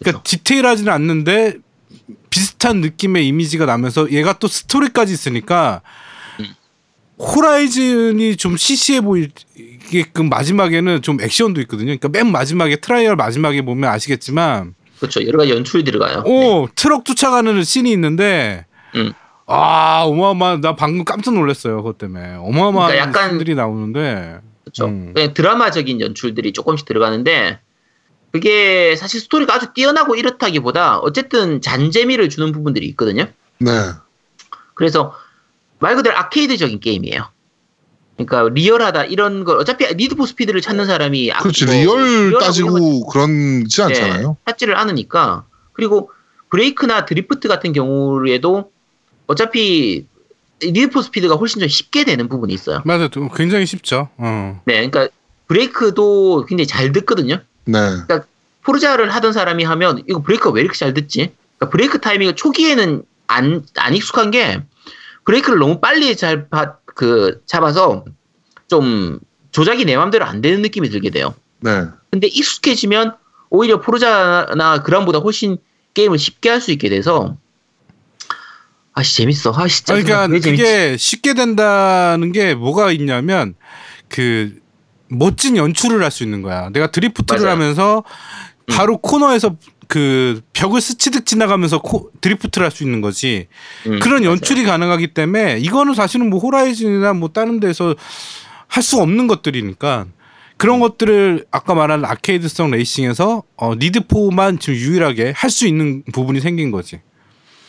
S3: 그러니까
S2: 그렇죠.
S3: 디테일하지는 않는데 비슷한 느낌의 이미지가 나면서 얘가 또 스토리까지 있으니까
S2: 음.
S3: 호라이즌이 좀 시시해 보이게끔 마지막에는 좀 액션도 있거든요. 그러니까 맨 마지막에 트라이얼 마지막에 보면 아시겠지만
S2: 그렇죠 여러 가지 연출이 들어가요 네.
S3: 오 트럭 쫓아가는 씬이 있는데
S2: 음.
S3: 아 어마어마 나 방금 깜짝 놀랐어요 그것 때문에 어마어마한
S2: 그러니까 약간-
S3: 신들이 나오는데
S2: 그렇죠.
S3: 음.
S2: 그냥 드라마적인 연출들이 조금씩 들어가는데 그게 사실 스토리가 아주 뛰어나고 이렇다기보다 어쨌든 잔재미를 주는 부분들이 있거든요.
S1: 네.
S2: 그래서 말 그대로 아케이드적인 게임이에요. 그러니까 리얼하다 이런 걸 어차피 니드 포 스피드를 찾는 사람이 아-
S1: 그렇지.
S2: 뭐
S1: 리얼
S2: 리얼하고 이런 네. 걸
S1: 따지고 그런지 않잖아요.
S2: 예, 찾지를 않으니까 그리고 브레이크나 드리프트 같은 경우에도 어차피 니드 포 스피드가 훨씬 좀 쉽게 되는 부분이 있어요.
S3: 맞아요 좀 굉장히 쉽죠 어.
S2: 네, 그러니까 브레이크도 굉장히 잘 듣거든요.
S1: 네.
S2: 포르자를 하던 사람이 하면 이거 브레이크가 왜 이렇게 잘 듣지? 그러니까 브레이크 타이밍을 초기에는 안, 안 익숙한 게 브레이크를 너무 빨리 잘 파- 그, 잡아서 좀 조작이 내 마음대로 안 되는 느낌이 들게 돼요.
S1: 네.
S2: 근데 익숙해지면 오히려 포르자나 그람보다 훨씬 게임을 쉽게 할 수 있게 돼서 아씨 재밌어. 아씨
S3: 아니, 그러니까
S2: 왜 재밌지?
S3: 그게 쉽게 된다는 게 뭐가 있냐면 그 멋진 연출을 할 수 있는 거야. 내가 드리프트를
S2: 맞아요. 음.
S3: 하면서 바로 코너에서 그 벽을 스치듯 지나가면서 코, 드리프트를 할 수 있는 거지.
S2: 음,
S3: 그런
S2: 맞아요.
S3: 연출이 가능하기 때문에 이거는 사실은 뭐 호라이즌이나 뭐 다른 데서 할 수 없는 것들이니까 그런
S2: 음.
S3: 것들을 아까 말한 아케이드성 레이싱에서 어, 니드포만 지금 유일하게 할 수 있는 부분이 생긴 거지.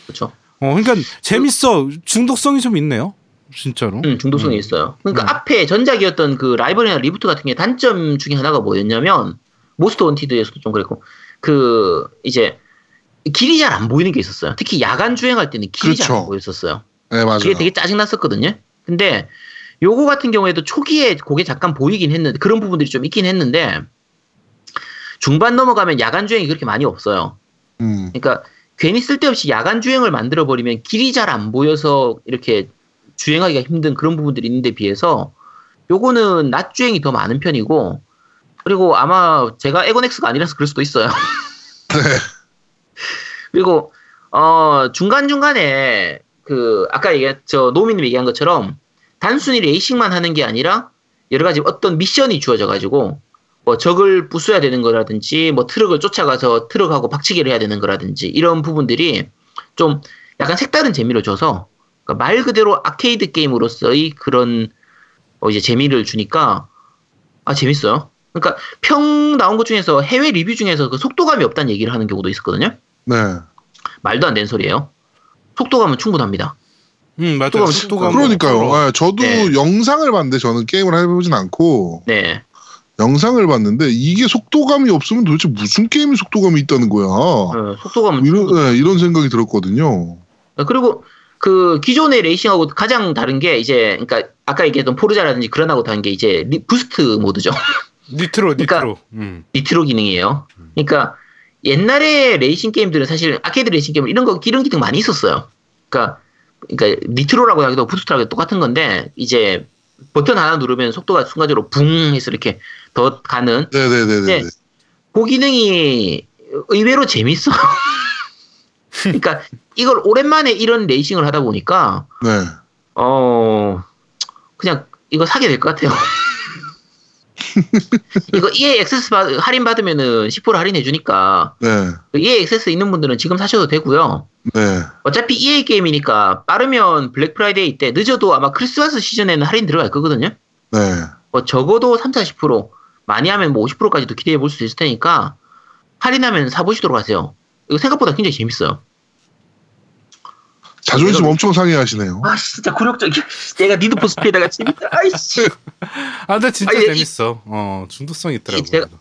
S2: 그렇죠.
S3: 어, 그러니까 재밌어 중독성이 좀 있네요, 진짜로.
S2: 음, 중독성이 있어요. 그러니까
S3: 음.
S2: 앞에 전작이었던 그 라이벌이나 리부트 같은 게 단점 중에 하나가 뭐였냐면 모스트 원티드에서도 좀 그랬고 그 이제 길이 잘 안 보이는 게 있었어요. 특히 야간 주행할 때는 길이 잘
S1: 그렇죠.
S2: 안 보였었어요.
S1: 네, 맞아요.
S2: 그게 되게 짜증났었거든요. 근데 요거 같은 경우에도 초기에 그게 잠깐 보이긴 했는데 그런 부분들이 좀 있긴 했는데 중반 넘어가면 야간 주행이 그렇게 많이 없어요.
S1: 음.
S2: 그러니까 괜히 쓸데없이 야간 주행을 만들어 버리면 길이 잘 안 보여서 이렇게 주행하기가 힘든 그런 부분들이 있는데 비해서 요거는 낮 주행이 더 많은 편이고 그리고 아마 제가 에고넥스가 아니라서 그럴 수도 있어요. 그리고 어 중간 중간에 그 아까 얘기한 저 노미님 얘기한 것처럼 단순히 레이싱만 하는 게 아니라 여러 가지 어떤 미션이 주어져 가지고 뭐 적을 부숴야 되는 거라든지 뭐 트럭을 쫓아가서 트럭하고 박치기를 해야 되는 거라든지 이런 부분들이 좀 약간 색다른 재미를 줘서 그러니까 말 그대로 아케이드 게임으로서의 그런 어, 이제 재미를 주니까 아 재밌어요. 그러니까 평 나온 것 중에서 해외 리뷰 중에서 그 속도감이 없다는 얘기를 하는 경우도 있었거든요.
S1: 네.
S2: 말도 안 되는 소리예요. 속도감은 충분합니다.
S3: 음, 맞아요. 어,
S2: 속도감,
S3: 속도감.
S1: 그러니까요. 아, 저도
S2: 네.
S1: 영상을 봤는데 저는 게임을 해보진 않고
S2: 네.
S1: 영상을 봤는데 이게 속도감이 없으면 도대체 무슨 게임이 속도감이 있다는 거야.
S2: 어, 속도감은
S1: 이런, 네, 이런 생각이 들었거든요.
S2: 어, 그리고 그 기존의 레이싱하고 가장 다른 게 이제 그러니까 아까 얘기했던 포르자라든지 그런하고 다른 게 이제 리- 부스트 모드죠.
S3: 니트로,
S2: 그러니까-
S3: 니트로. 음.
S2: 리트로 기능이에요. 그러니까 옛날에 레이싱 게임들은 사실 아케이드 레이싱 게임 이런 거 이런 기능 많이 있었어요. 그러니까 그러니까 니트로라고 하기도 하고 부스트라고 해도 똑같은 건데 이제 버튼 하나 누르면 속도가 순간적으로 붕 해서 이렇게 더 가는
S1: 네네네네.
S2: 네. 그 기능이 의외로 재밌어. 그러니까 이걸 오랜만에 이런 레이싱을 하다 보니까
S1: 네.
S2: 어 그냥 이거 사게 될 것 같아요. 이거 E EA 액세스 받- 할인 받으면은 10% 할인해 주니까 E
S1: 네.
S2: EA 액세스 있는 분들은 지금 사셔도 되고요.
S1: 네.
S2: 어차피 EA 게임이니까 빠르면 블랙 프라이데이 때 늦어도 아마 크리스마스 시즌에는 할인 들어갈 거거든요.
S1: 네.
S2: 뭐 적어도 3, 40% 많이 하면 뭐 50%까지도 기대해 볼 수 있을 테니까 할인하면 사보시도록 하세요. 이거 생각보다 굉장히 재밌어요.
S1: 자존심 엄청 상해하시네요.
S2: 아 진짜 굴욕적이야. 내가 니드포스피에다가 재밌다. 아이씨.
S3: 아, 근데 진짜
S2: 아, 예, 이-
S3: 재밌어. 어, 중독성이 있더라고.
S2: 제가-
S3: 요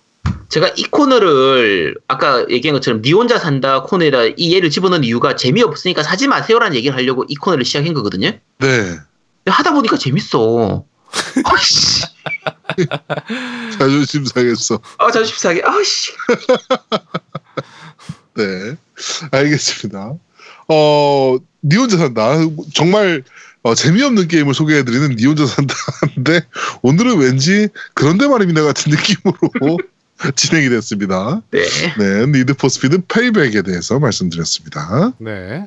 S2: 제가 이 코너를 아까 얘기한 것처럼 니 혼자 산다 코너에다 이 얘를 집어넣은 이유가 재미없으니까 사지 마세요라는 얘기를 하려고 이 코너를 시작한 거거든요.
S1: 네.
S2: 근데 하다 보니까 재밌어. 아씨.
S1: 자존심 상했어.
S2: 아, 자존심 상해. 아씨.
S1: 네. 알겠습니다. 어, 니 혼자 산다. 정말 어, 재미없는 게임을 소개해드리는 니 혼자 산다인데 오늘은 왠지 그런데 말입니다 같은 느낌으로 진행이 됐습니다.
S2: 네.
S1: 네, 니드 포 스피드 페이백에 대해서 말씀드렸습니다.
S3: 네.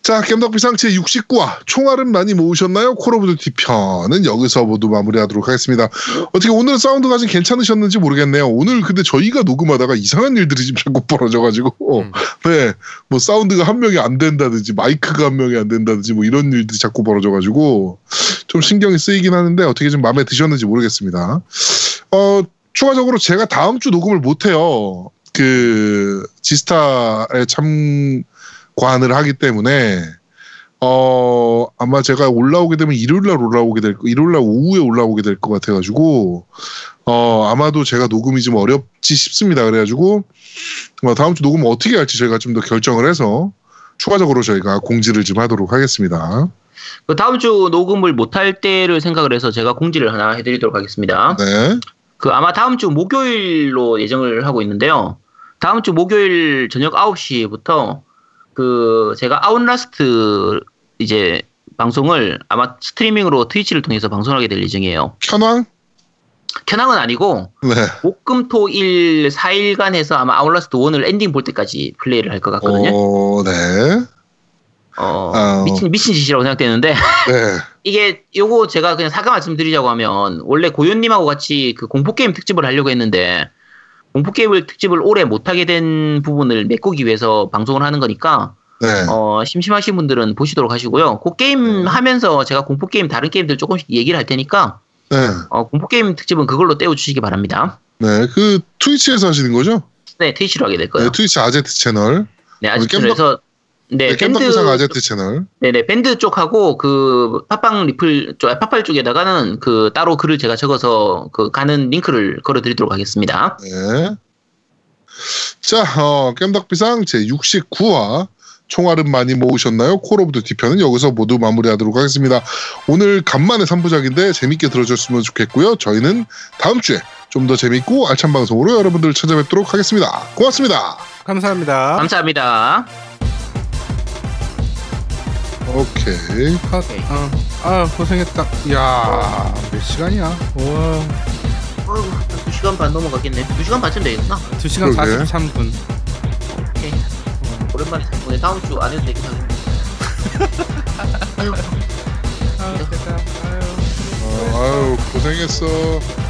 S1: 자, 겜덕비 상체 69화 총알은 많이 모으셨나요? 콜오브 듀티 편은 여기서 모두 마무리하도록 하겠습니다. 어떻게 오늘 사운드가 좀 괜찮으셨는지 모르겠네요. 오늘 근데 저희가 녹음하다가 이상한 일들이 지금 자꾸 벌어져가지고
S3: 음.
S1: 네, 뭐 사운드가 한 명이 안 된다든지 마이크가 한 명이 안 된다든지 뭐 이런 일들이 자꾸 벌어져가지고 좀 신경이 쓰이긴 하는데 어떻게 좀 마음에 드셨는지 모르겠습니다. 어, 추가적으로 제가 다음 주 녹음을 못해요. 그 지스타에 참관을 하기 때문에 어 아마 제가 올라오게 되면 일요일 날 올라오게 될 거- 일요일 날 오후에 올라오게 될 것 같아가지고 어 아마도 제가 녹음이 좀 어렵지 싶습니다. 그래가지고 어, 다음 주 녹음 어떻게 할지 저희가 좀 더 결정을 해서 추가적으로 저희가 공지를 좀 하도록 하겠습니다.
S2: 그 다음 주 녹음을 못할 때를 생각을 해서 제가 공지를 하나 해드리도록 하겠습니다.
S1: 네.
S2: 그 아마 다음 주 목요일로 예정을 하고 있는데요. 다음 주 목요일 저녁 9시부터 그 제가 아웃라스트 이제 방송을 아마 스트리밍으로 트위치를 통해서 방송하게 될 예정이에요.
S1: 현황?
S2: 현황은 아니고
S1: 네.
S2: 목금토일 4일간 해서 아마 아웃라스트 1을 엔딩 볼 때까지 플레이를 할 것 같거든요.
S1: 어, 네.
S2: 어,
S1: 아우.
S2: 미친 미친 짓이라고 생각되는데
S1: 네.
S2: 이게 요거 제가 그냥 사과 말씀드리자고 하면 원래 고윤님하고 같이 그 공포 게임 특집을 하려고 했는데 공포 게임을 특집을 오래 못 하게 된 부분을 메꾸기 위해서 방송을 하는 거니까
S1: 네.
S2: 어, 심심하신 분들은 보시도록 하시고요. 그 게임
S1: 네.
S2: 하면서 제가 공포 게임 다른 게임들 조금씩 얘기를 할 테니까
S1: 네.
S2: 어, 공포 게임 특집은 그걸로 떼어 주시기 바랍니다.
S1: 네. 그 트위치에서 하시는 거죠?
S2: 네 트위치로 하게 될
S1: 네,
S2: 거예요.
S1: 트위치 아제트 채널.
S2: 네
S1: 우리
S2: 아직도
S1: 겜덕-
S2: 그래서 네,
S1: 네,
S2: 밴드
S1: 겜덕비상 아제트 채널.
S2: 네네 밴드 쪽하고 그 팟빵 리플 쪽 아, 팟팔 쪽에다가는 그 따로 글을 제가 적어서 그 가는 링크를 걸어드리도록 하겠습니다.
S1: 네. 자, 어, 겜덕비상 제 69화. 총알은 많이 모으셨나요? 콜 오브 듀티 편은 여기서 모두 마무리하도록 하겠습니다. 오늘 간만에 3부작인데 재밌게 들어주셨으면 좋겠고요. 저희는 다음 주에 좀 더 재밌고 알찬 방송으로 여러분들 찾아뵙도록 하겠습니다. 고맙습니다.
S3: 감사합니다.
S2: 감사합니다.
S1: 오케이.
S3: 컷. 어. 아 고생했다. 이야 몇 시간이야? 와.
S2: 두 시간 반 넘어갔겠네. 두 시간 반쯤 되겠구나.
S3: 2시간
S1: 그러게.
S3: 43분.
S2: 오케이. 오랜만에 오늘 다음 주 안 해도 되겠다.
S3: 아유, 됐다. 아유.
S1: 어, 아유, 아, 고생했어.